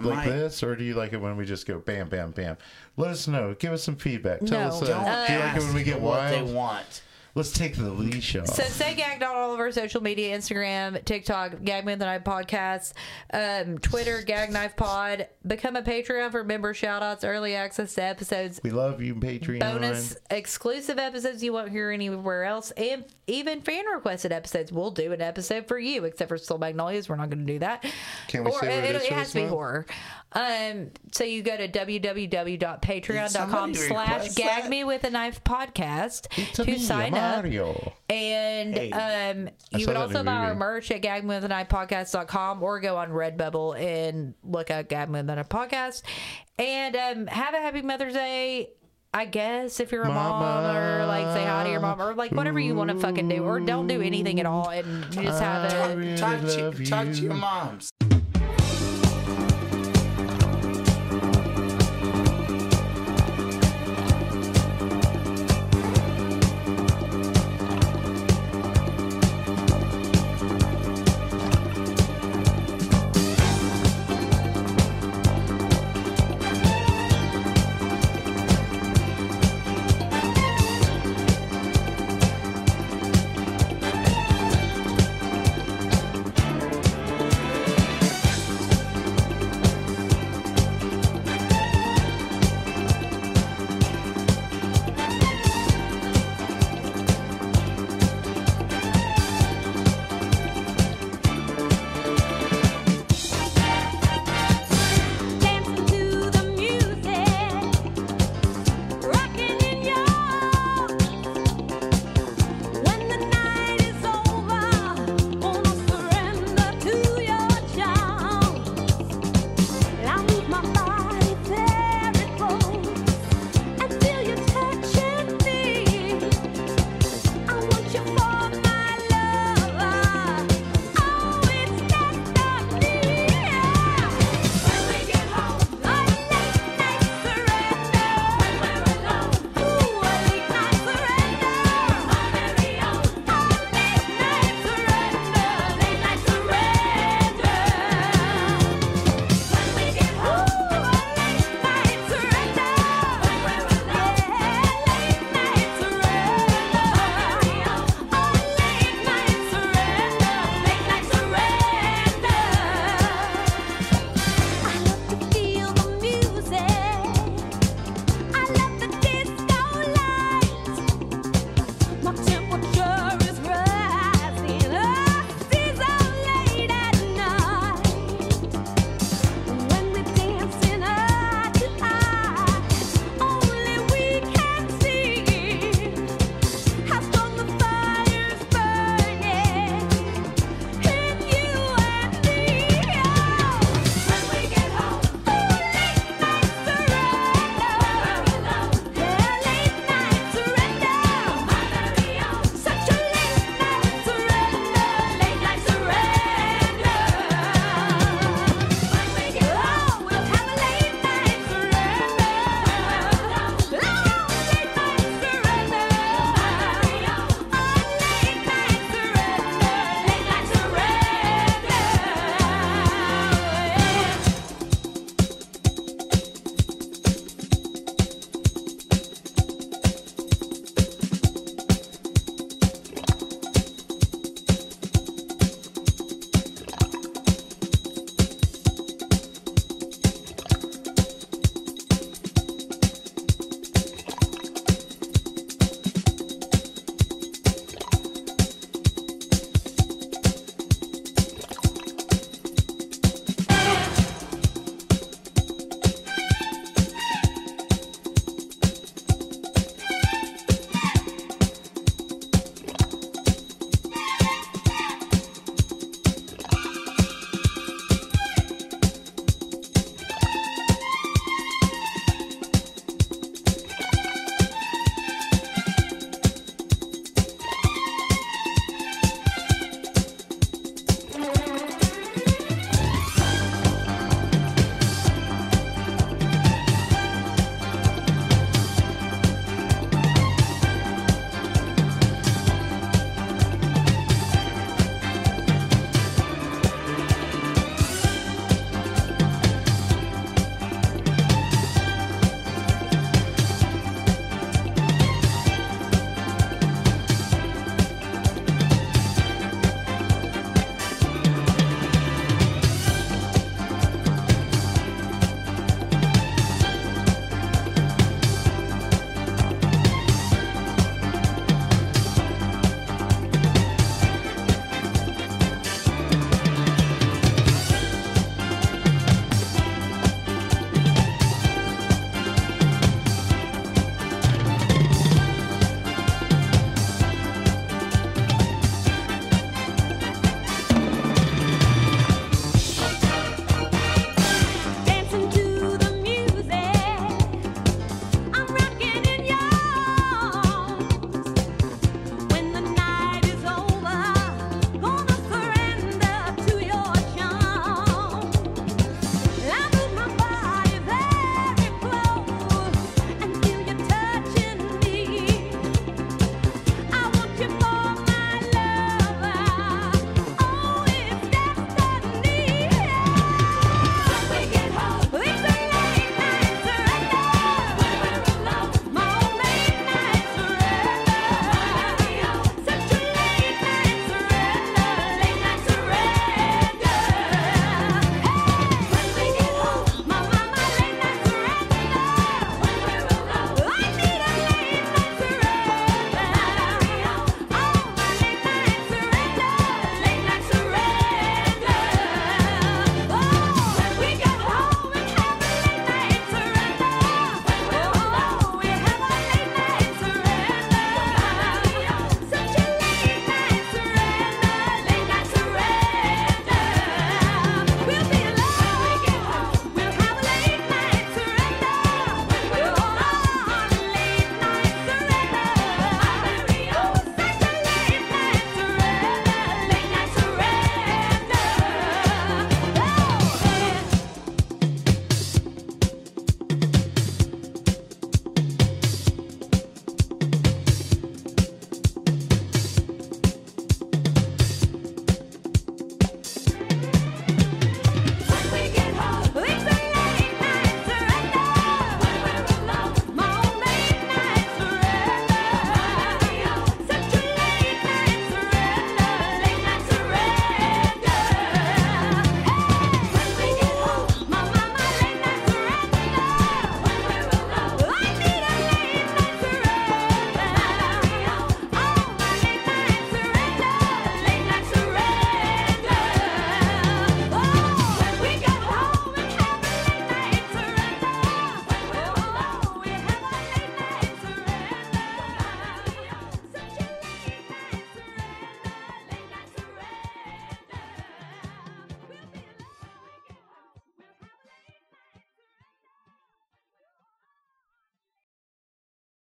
C: like
B: My-
C: this, or do you like it when we just go bam, bam, bam? Let us know. Give us some feedback. Tell
A: No.
C: us. Uh,
A: Don't
C: do you like it when we get
B: what
C: wild?
B: they want.
C: Let's take the leash off.
A: So say gagged on all of our social media, Instagram, TikTok, Gag Me with the Knife podcast, um, Twitter, Gag Knife Pod. Become a Patreon for member shout outs, early access to episodes,
C: we love you, Patreon.
A: bonus exclusive episodes you won't hear anywhere else, and even fan requested episodes. We'll do an episode for you, except for Soul Magnolias. We're not going to do that.
C: Can we say what it is
A: it
C: for
A: has
C: this
A: to be
C: month?
A: horror. Um, so you go to www.patreon.com
B: Did somebody
A: slash
B: request
A: gag
B: that?
A: me with a knife podcast
C: It's a
A: to
C: me,
A: sign up.
C: Mario.
A: And um, you
C: saw
A: can
C: that
A: also
C: in
A: buy
C: a
A: our
C: movie.
A: merch at gagwithanipodcast.com or go on Redbubble and look up Gag with a Podcast. And um, have a happy Mother's Day. I guess if you're a mom or like say hi to your mom or like whatever you want to fucking do or don't do anything at all and you just have
C: I
A: a
C: really
B: Talk to,
C: love
B: talk to
C: you.
B: your moms.